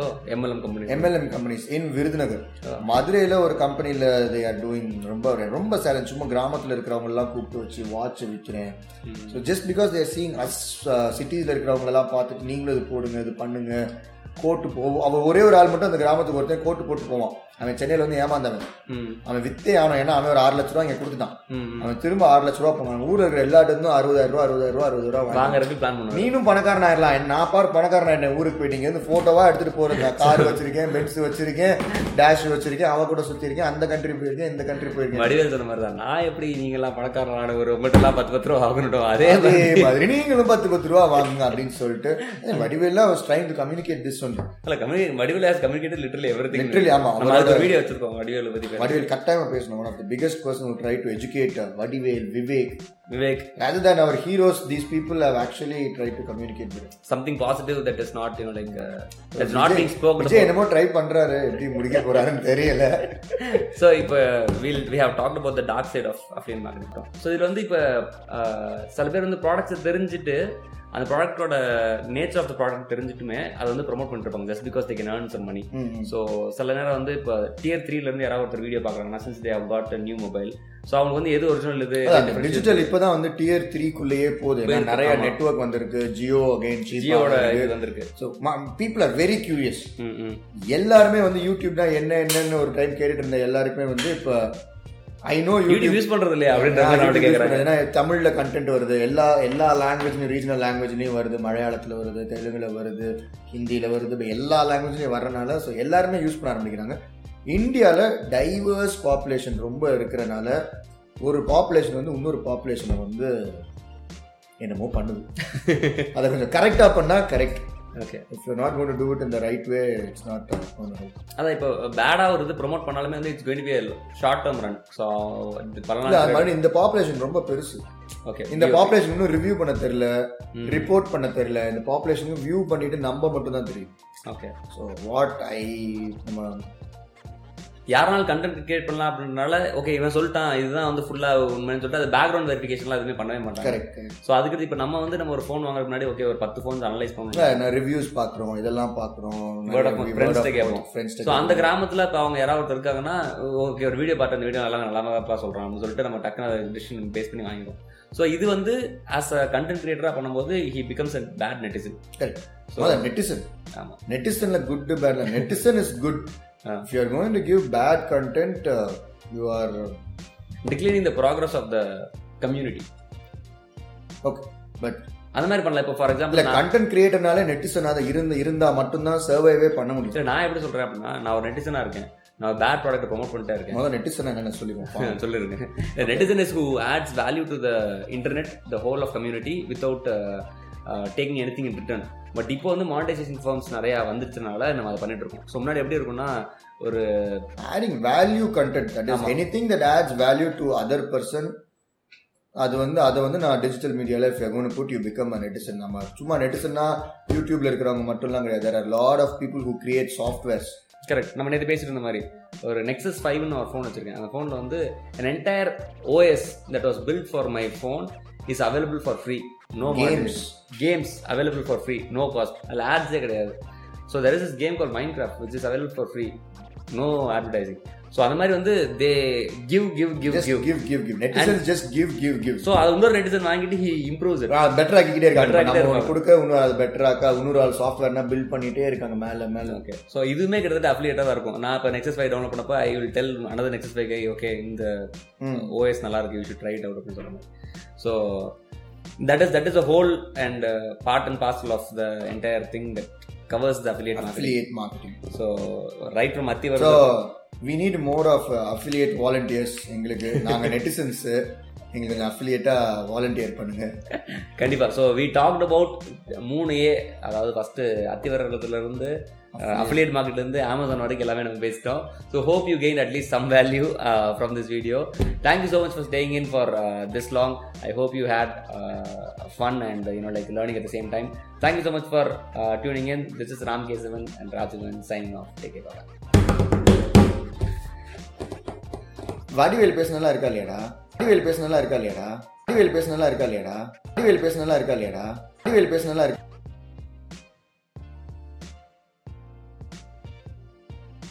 oh MLM company MLM companies in Virudhunagar மதுரையில் ஒரு கம்பெனியில் தே ஆர் டூயிங் ரொம்ப ரொம்ப சேலஞ்ச் சும்மா கிராமத்தில் இருக்கிறவங்கலாம் கூப்பிட்டு வச்சு watch விற்கிறேன் so just because there seeing as சிட்டியில் uh, இருக்கிறவங்களெல்லாம் பார்த்துட்டு நீங்களும் இது போடுங்க இது பண்ணுங்க கோட்டு போ அவன் ஒரே ஒரு ஆள் மட்டும் அந்த கிராமத்துக்கு ஒருத்தன் கோட்டு போட்டு போவான் அவன் சென்னையில் வந்து ஏமாந்தவன் ம் அவன் வித்தே ஆனோம் ஏன்னா அவன் ஒரு ஆறு லட்ச ரூபா இங்கே கொடுத்துட்டான் ம் அவன் திரும்ப ஆறு லட்ச ரூபா போனான் ஊரில் இருக்கிற எல்லா இடத்துலையும் அறுபதாயிரம் ரூபா அறுபதாயிரம் ரூபா அறுபது ரூபா வாங்கினான். வாங்குறதுக்கு பிளான் பண்ணுவாங்க நீனும் பணக்காரன் ஆயிடலாம் நான் பார் பணக்காரன் ஆயிட்டேன் ஊருக்கு போயிட்டீங்க இந்த போட்டோவா எடுத்துட்டு போறேன் நான் கார் வச்சிருக்கேன் பெட்ஸ் வச்சிருக்கேன் டேஷ் வச்சிருக்கேன் அவ கூட சுத்திருக்கேன் அந்த கண்ட்ரி போயிருக்கேன் இந்த கண்ட்ரி போயிருக்கேன் வடிவேல் சொன்ன மாதிரி தான் நான் எப்படி நீங்க எல்லாம் பணக்காரர் ஆனவர் உங்கள்கிட்ட எல்லாம் பத்து பத்து ரூபா வாங்கணும் அதே அதே மாதிரி நீங்களும் பத்து பத்து ரூபா வாங்குங்க அப்படின்னு சொல்லிட்டு வடிவேலாம் ட்ரைங் டு கம்யூனிகேட் திஸ் ஒன்று இல்ல கம்யூனி Vadivel has communicated literally everything Literally, ஆமா. நம்ம அதுக்கு ஒரு வீடியோ வச்சிருக்கோம் வடிவேல் பத்தி பேச. வடிவேல் கட்டாயமா பேசணும் one of the biggest person try to educate uh, Vadivel Vivek Vivek rather than our heroes these people have actually tried to communicate with us. Something positive that is not you like that's not being spoken Vijay என்னமோ try பண்றாரு எப்படி முடிக்க போறாருன்னு தெரியல so இப்போ will we have talked about the dark side of அப்படின்னு மாறிட்டோம் so இதில் வந்து இப்போ சில பேர் வந்து ப்ராடக்ட்ஸை தெரிஞ்சுட்டு அந்த ப்ராடக்ட்டோட நேச்சர் ஆஃப் த ப்ராடக்ட் தெரிஞ்சுட்டுமே அதை வந்து ப்ரொமோட் பண்ணிட்டு இருப்பாங்க just because they can earn some money hmm, hmm. So சில நேரம் வந்து இப்போ டியர் த்ரீலேருந்து யாராவது ஒருத்தர் வீடியோ பார்க்குறாங்கன்னா since they have got a new mobile so அவங்களுக்கு வந்து எது ஒரிஜினல் இது டிஜிட்டல் இப்பதான் வந்து டியர் த்ரீக்குள்ளேயே போகுது ஏன்னா போயிருக்கு, நிறைய ஆமா. நெட்வொர்க் வந்திருக்கு ஜியோ அகைன் ஜியோட இது வந்திருக்கு so people are very curious hmm hmm எல்லாருமே வந்து யூடியூப்னா என்ன என்னன்னு ஒரு டைம் கேட்டுட்டு இருந்த எல்லாருக்குமே வந்து இப்போ ஐ நோ யூடியூப் யூஸ் பண்றது இல்லையா அப்படின்ற மாதிரி நம்மகிட்ட கேட்குறாங்க ஏன்னா தமிழ்ல கண்டென்ட் வருது எல்லா எல்லா லாங்குவேஜ்லையும் ரீஜனல் லாங்குவேஜ்லையும் வருது மலையாளத்துல வருது தெலுங்குல வருது ஹிந்தியில வருது இப்ப எல்லா லாங்குவேஜ்லையும் வரனால ஸோ எல்லாருமே யூஸ் பண்ண ஆரம்பிக்கிறாங்க இந்தியால டைவர்ஸ் பாப்புலேஷன் ரொம்ப இருக்கிறனால ஒரு பாப்புலேஷன் வந்து இன்னொரு பாப்புலேஷனை வந்து என்னமோ பண்ணுது அதை கொஞ்சம் கரெக்டாக பண்ணால் correct okay if you not gonna to do it in the right way it's not அதான் இப்போ பேடாக ஒரு இது ப்ரோமோட் பண்ணாலுமே வந்து it's going be short term run so பல இல்லை அது நாள் மாதிரி இந்த பாப்புலேஷன் ரொம்ப பெருசு ஓகே இந்த பாப்புலேஷன் இன்னும் ரிவ்யூ பண்ண தெரியல ரிப்போர்ட் பண்ண தெரியல இந்த பாப்புலேஷனுக்கு வியூ பண்ணிட்டு நம்ம மட்டும் தான் தெரியும் ஓகே ஸோ வாட் ஐ நம்ம யாராலும் கண்டென்ட் கிரியேட் பண்ணலாம் அப்படின்றனால ஓகே இவன் சொல்லிட்டான் இதுதான் வந்து ஃபுல்லாக உண்மைன்னு சொல்லிட்டு அது பேக்ரவுண்ட் வெரிஃபிகேஷன்லாம் எதுவுமே பண்ணவே மாட்டாங்க கரெக்ட் ஸோ அதுக்கு இப்போ நம்ம வந்து நம்ம ஒரு ஃபோன் வாங்குறதுக்கு முன்னாடி ஓகே ஒரு பத்து ஃபோன்ஸ் அனலைஸ் பண்ணுவோம் நான் ரிவ்யூஸ் பார்க்குறோம் இதெல்லாம் பார்க்குறோம் Word of mouth, friends கிட்ட கேட்போம். ஃப்ரெண்ட்ஸ் ஸோ அந்த கிராமத்தில் இப்போ அவங்க யாராவது ஒருத்தர் இருக்காங்கன்னா ஓகே ஒரு வீடியோ பார்த்து அந்த வீடியோ நல்லா நல்லா சொல்கிறான் அப்படின்னு சொல்லிட்டு நம்ம டக்குன்னு டிசிஷன் பேஸ் பண்ணி வாங்கிடுவோம் ஸோ இது வந்து ஆஸ் அ கண்டென்ட் கிரியேட்டராக பண்ணும்போது he becomes a bad netizen correct So- netizen ஆமா. நெட்டிசன்ல குட் பேட்ல netizen is good ah. If you are going to give bad content you are declining the progress of the community okay but அந்த மாதிரி பண்ணலாம் இப்போ for இல்ல example content கிரியேட்டர்னாலே netizen அதை இருந்து இருந்தா மட்டும்தான் சர்வைவே பண்ண முடியும் நான் எப்படி சொல்கிறேன் அப்படின்னா நான் ஒரு நெட்டிசனாக இருக்கேன் நான் ஒரு பேட் ப்ராடக்ட் ப்ரோமோட் பண்ணிட்டே இருக்கேன் முதல்ல நெட்டிசன் என்னன்னு சொல்லிக்கோங்க சொல்லிருக்கேன் netizen is who adds value to the internet the whole of community without taking anything in return but இப்போ வந்து மானிட்டைசேஷன் ஃபார்ம்ஸ் நிறையா வந்துருச்சனால நம்ம அதை பண்ணிட்டு இருக்கோம் ஸோ முன்னாடி எப்படி இருக்கும்னா ஒரு adding value content that is ஆமா. Any thing that adds value to other person அது வந்து அதை வந்து நான் டிஜிட்டல் மீடியாவில் இஃப் எகோன் put you become a netizen நம்ம சும்மா நெட்டிசன்னா யூடியூப்ல இருக்கிறவங்க மட்டும்லாம் கிடையாது there are lot of people who create softwares correct நம்ம நேற்று பேசிட்டு இருந்த மாதிரி ஒரு நெக்ஸஸ் ஃபைவ்னு ஒரு ஃபோன் வச்சிருக்கேன் அந்த ஃபோனில் வந்து an entire OS that was built for my phone is available for free no games games available for free no cost அதில் ஆட்ஸே கிடையாது so there is this game called Minecraft which is available for free no advertising so அந்த மாதிரி வந்து they give give give just give give give give netizen just give give give so அது இன்னொரு netizen வாங்கிட்டு he improves it better ஆக்கிக்கிட்டே இருக்காங்க Better ஆக்கிட்டே நம்ம ஒண்ணு இருக்காங்க. கொடுக்க இன்னொரு அது பெட்டர் ஆக்கா இன்னொரு ஆள் சாஃப்ட்வேர்னா பில்ட் பண்ணிட்டே இருக்காங்க மேல மேல ஓகே ஸோ இதுவுமே கிட்டத்தட்ட அஃபிலியேட்டாக தான் இருக்கும் நான் இப்போ நெக்ஸஸ் ஃபைவ் டவுன்லோட் பண்ணப்போ I will tell another Nexus five guy okay இந்த ம். ஓஎஸ் நல்லா இருக்கு you should try it out அப்படின்னு சொல்லுவாங்க so that is that is a whole and uh, part and parcel of the entire thing that covers the affiliate market affiliate marketing so right from மத்திய so வரை we need more of affiliate volunteers uh, எங்களுக்கு நாங்கள் netizens எங்களுக்கு அஃபிலியேட்டாக volunteer பண்ணுங்க கண்டிப்பாக so we talked about மூணு ஏ அதாவது uh, ஃபஸ்ட்டு அத்திவரத்துலேருந்து அஃபிலியேட் மார்க்கெட்லேருந்து அமேசான் வரைக்கும் எல்லாமே நம்ம பேசிட்டோம் so hope you gain at least some value from this video thank you so much for staying in for this long I hope you had uh, fun and you know like learning at the same time thank you so much for tuning in this is Ram Kesavan and Rajavan signing off take care Vadivel பேசினலாம் இருக்கா இல்லையாடா வடிவேல் பேசினலாம் இருக்கா இல்லையாடா வடிவேல் பேசினலாம் இருக்கா இல்லையாடா வடிவேல் பேசினலாம் இருக்கா இல்லையாடா வடிவேல் பேசினலாம் இருக்கு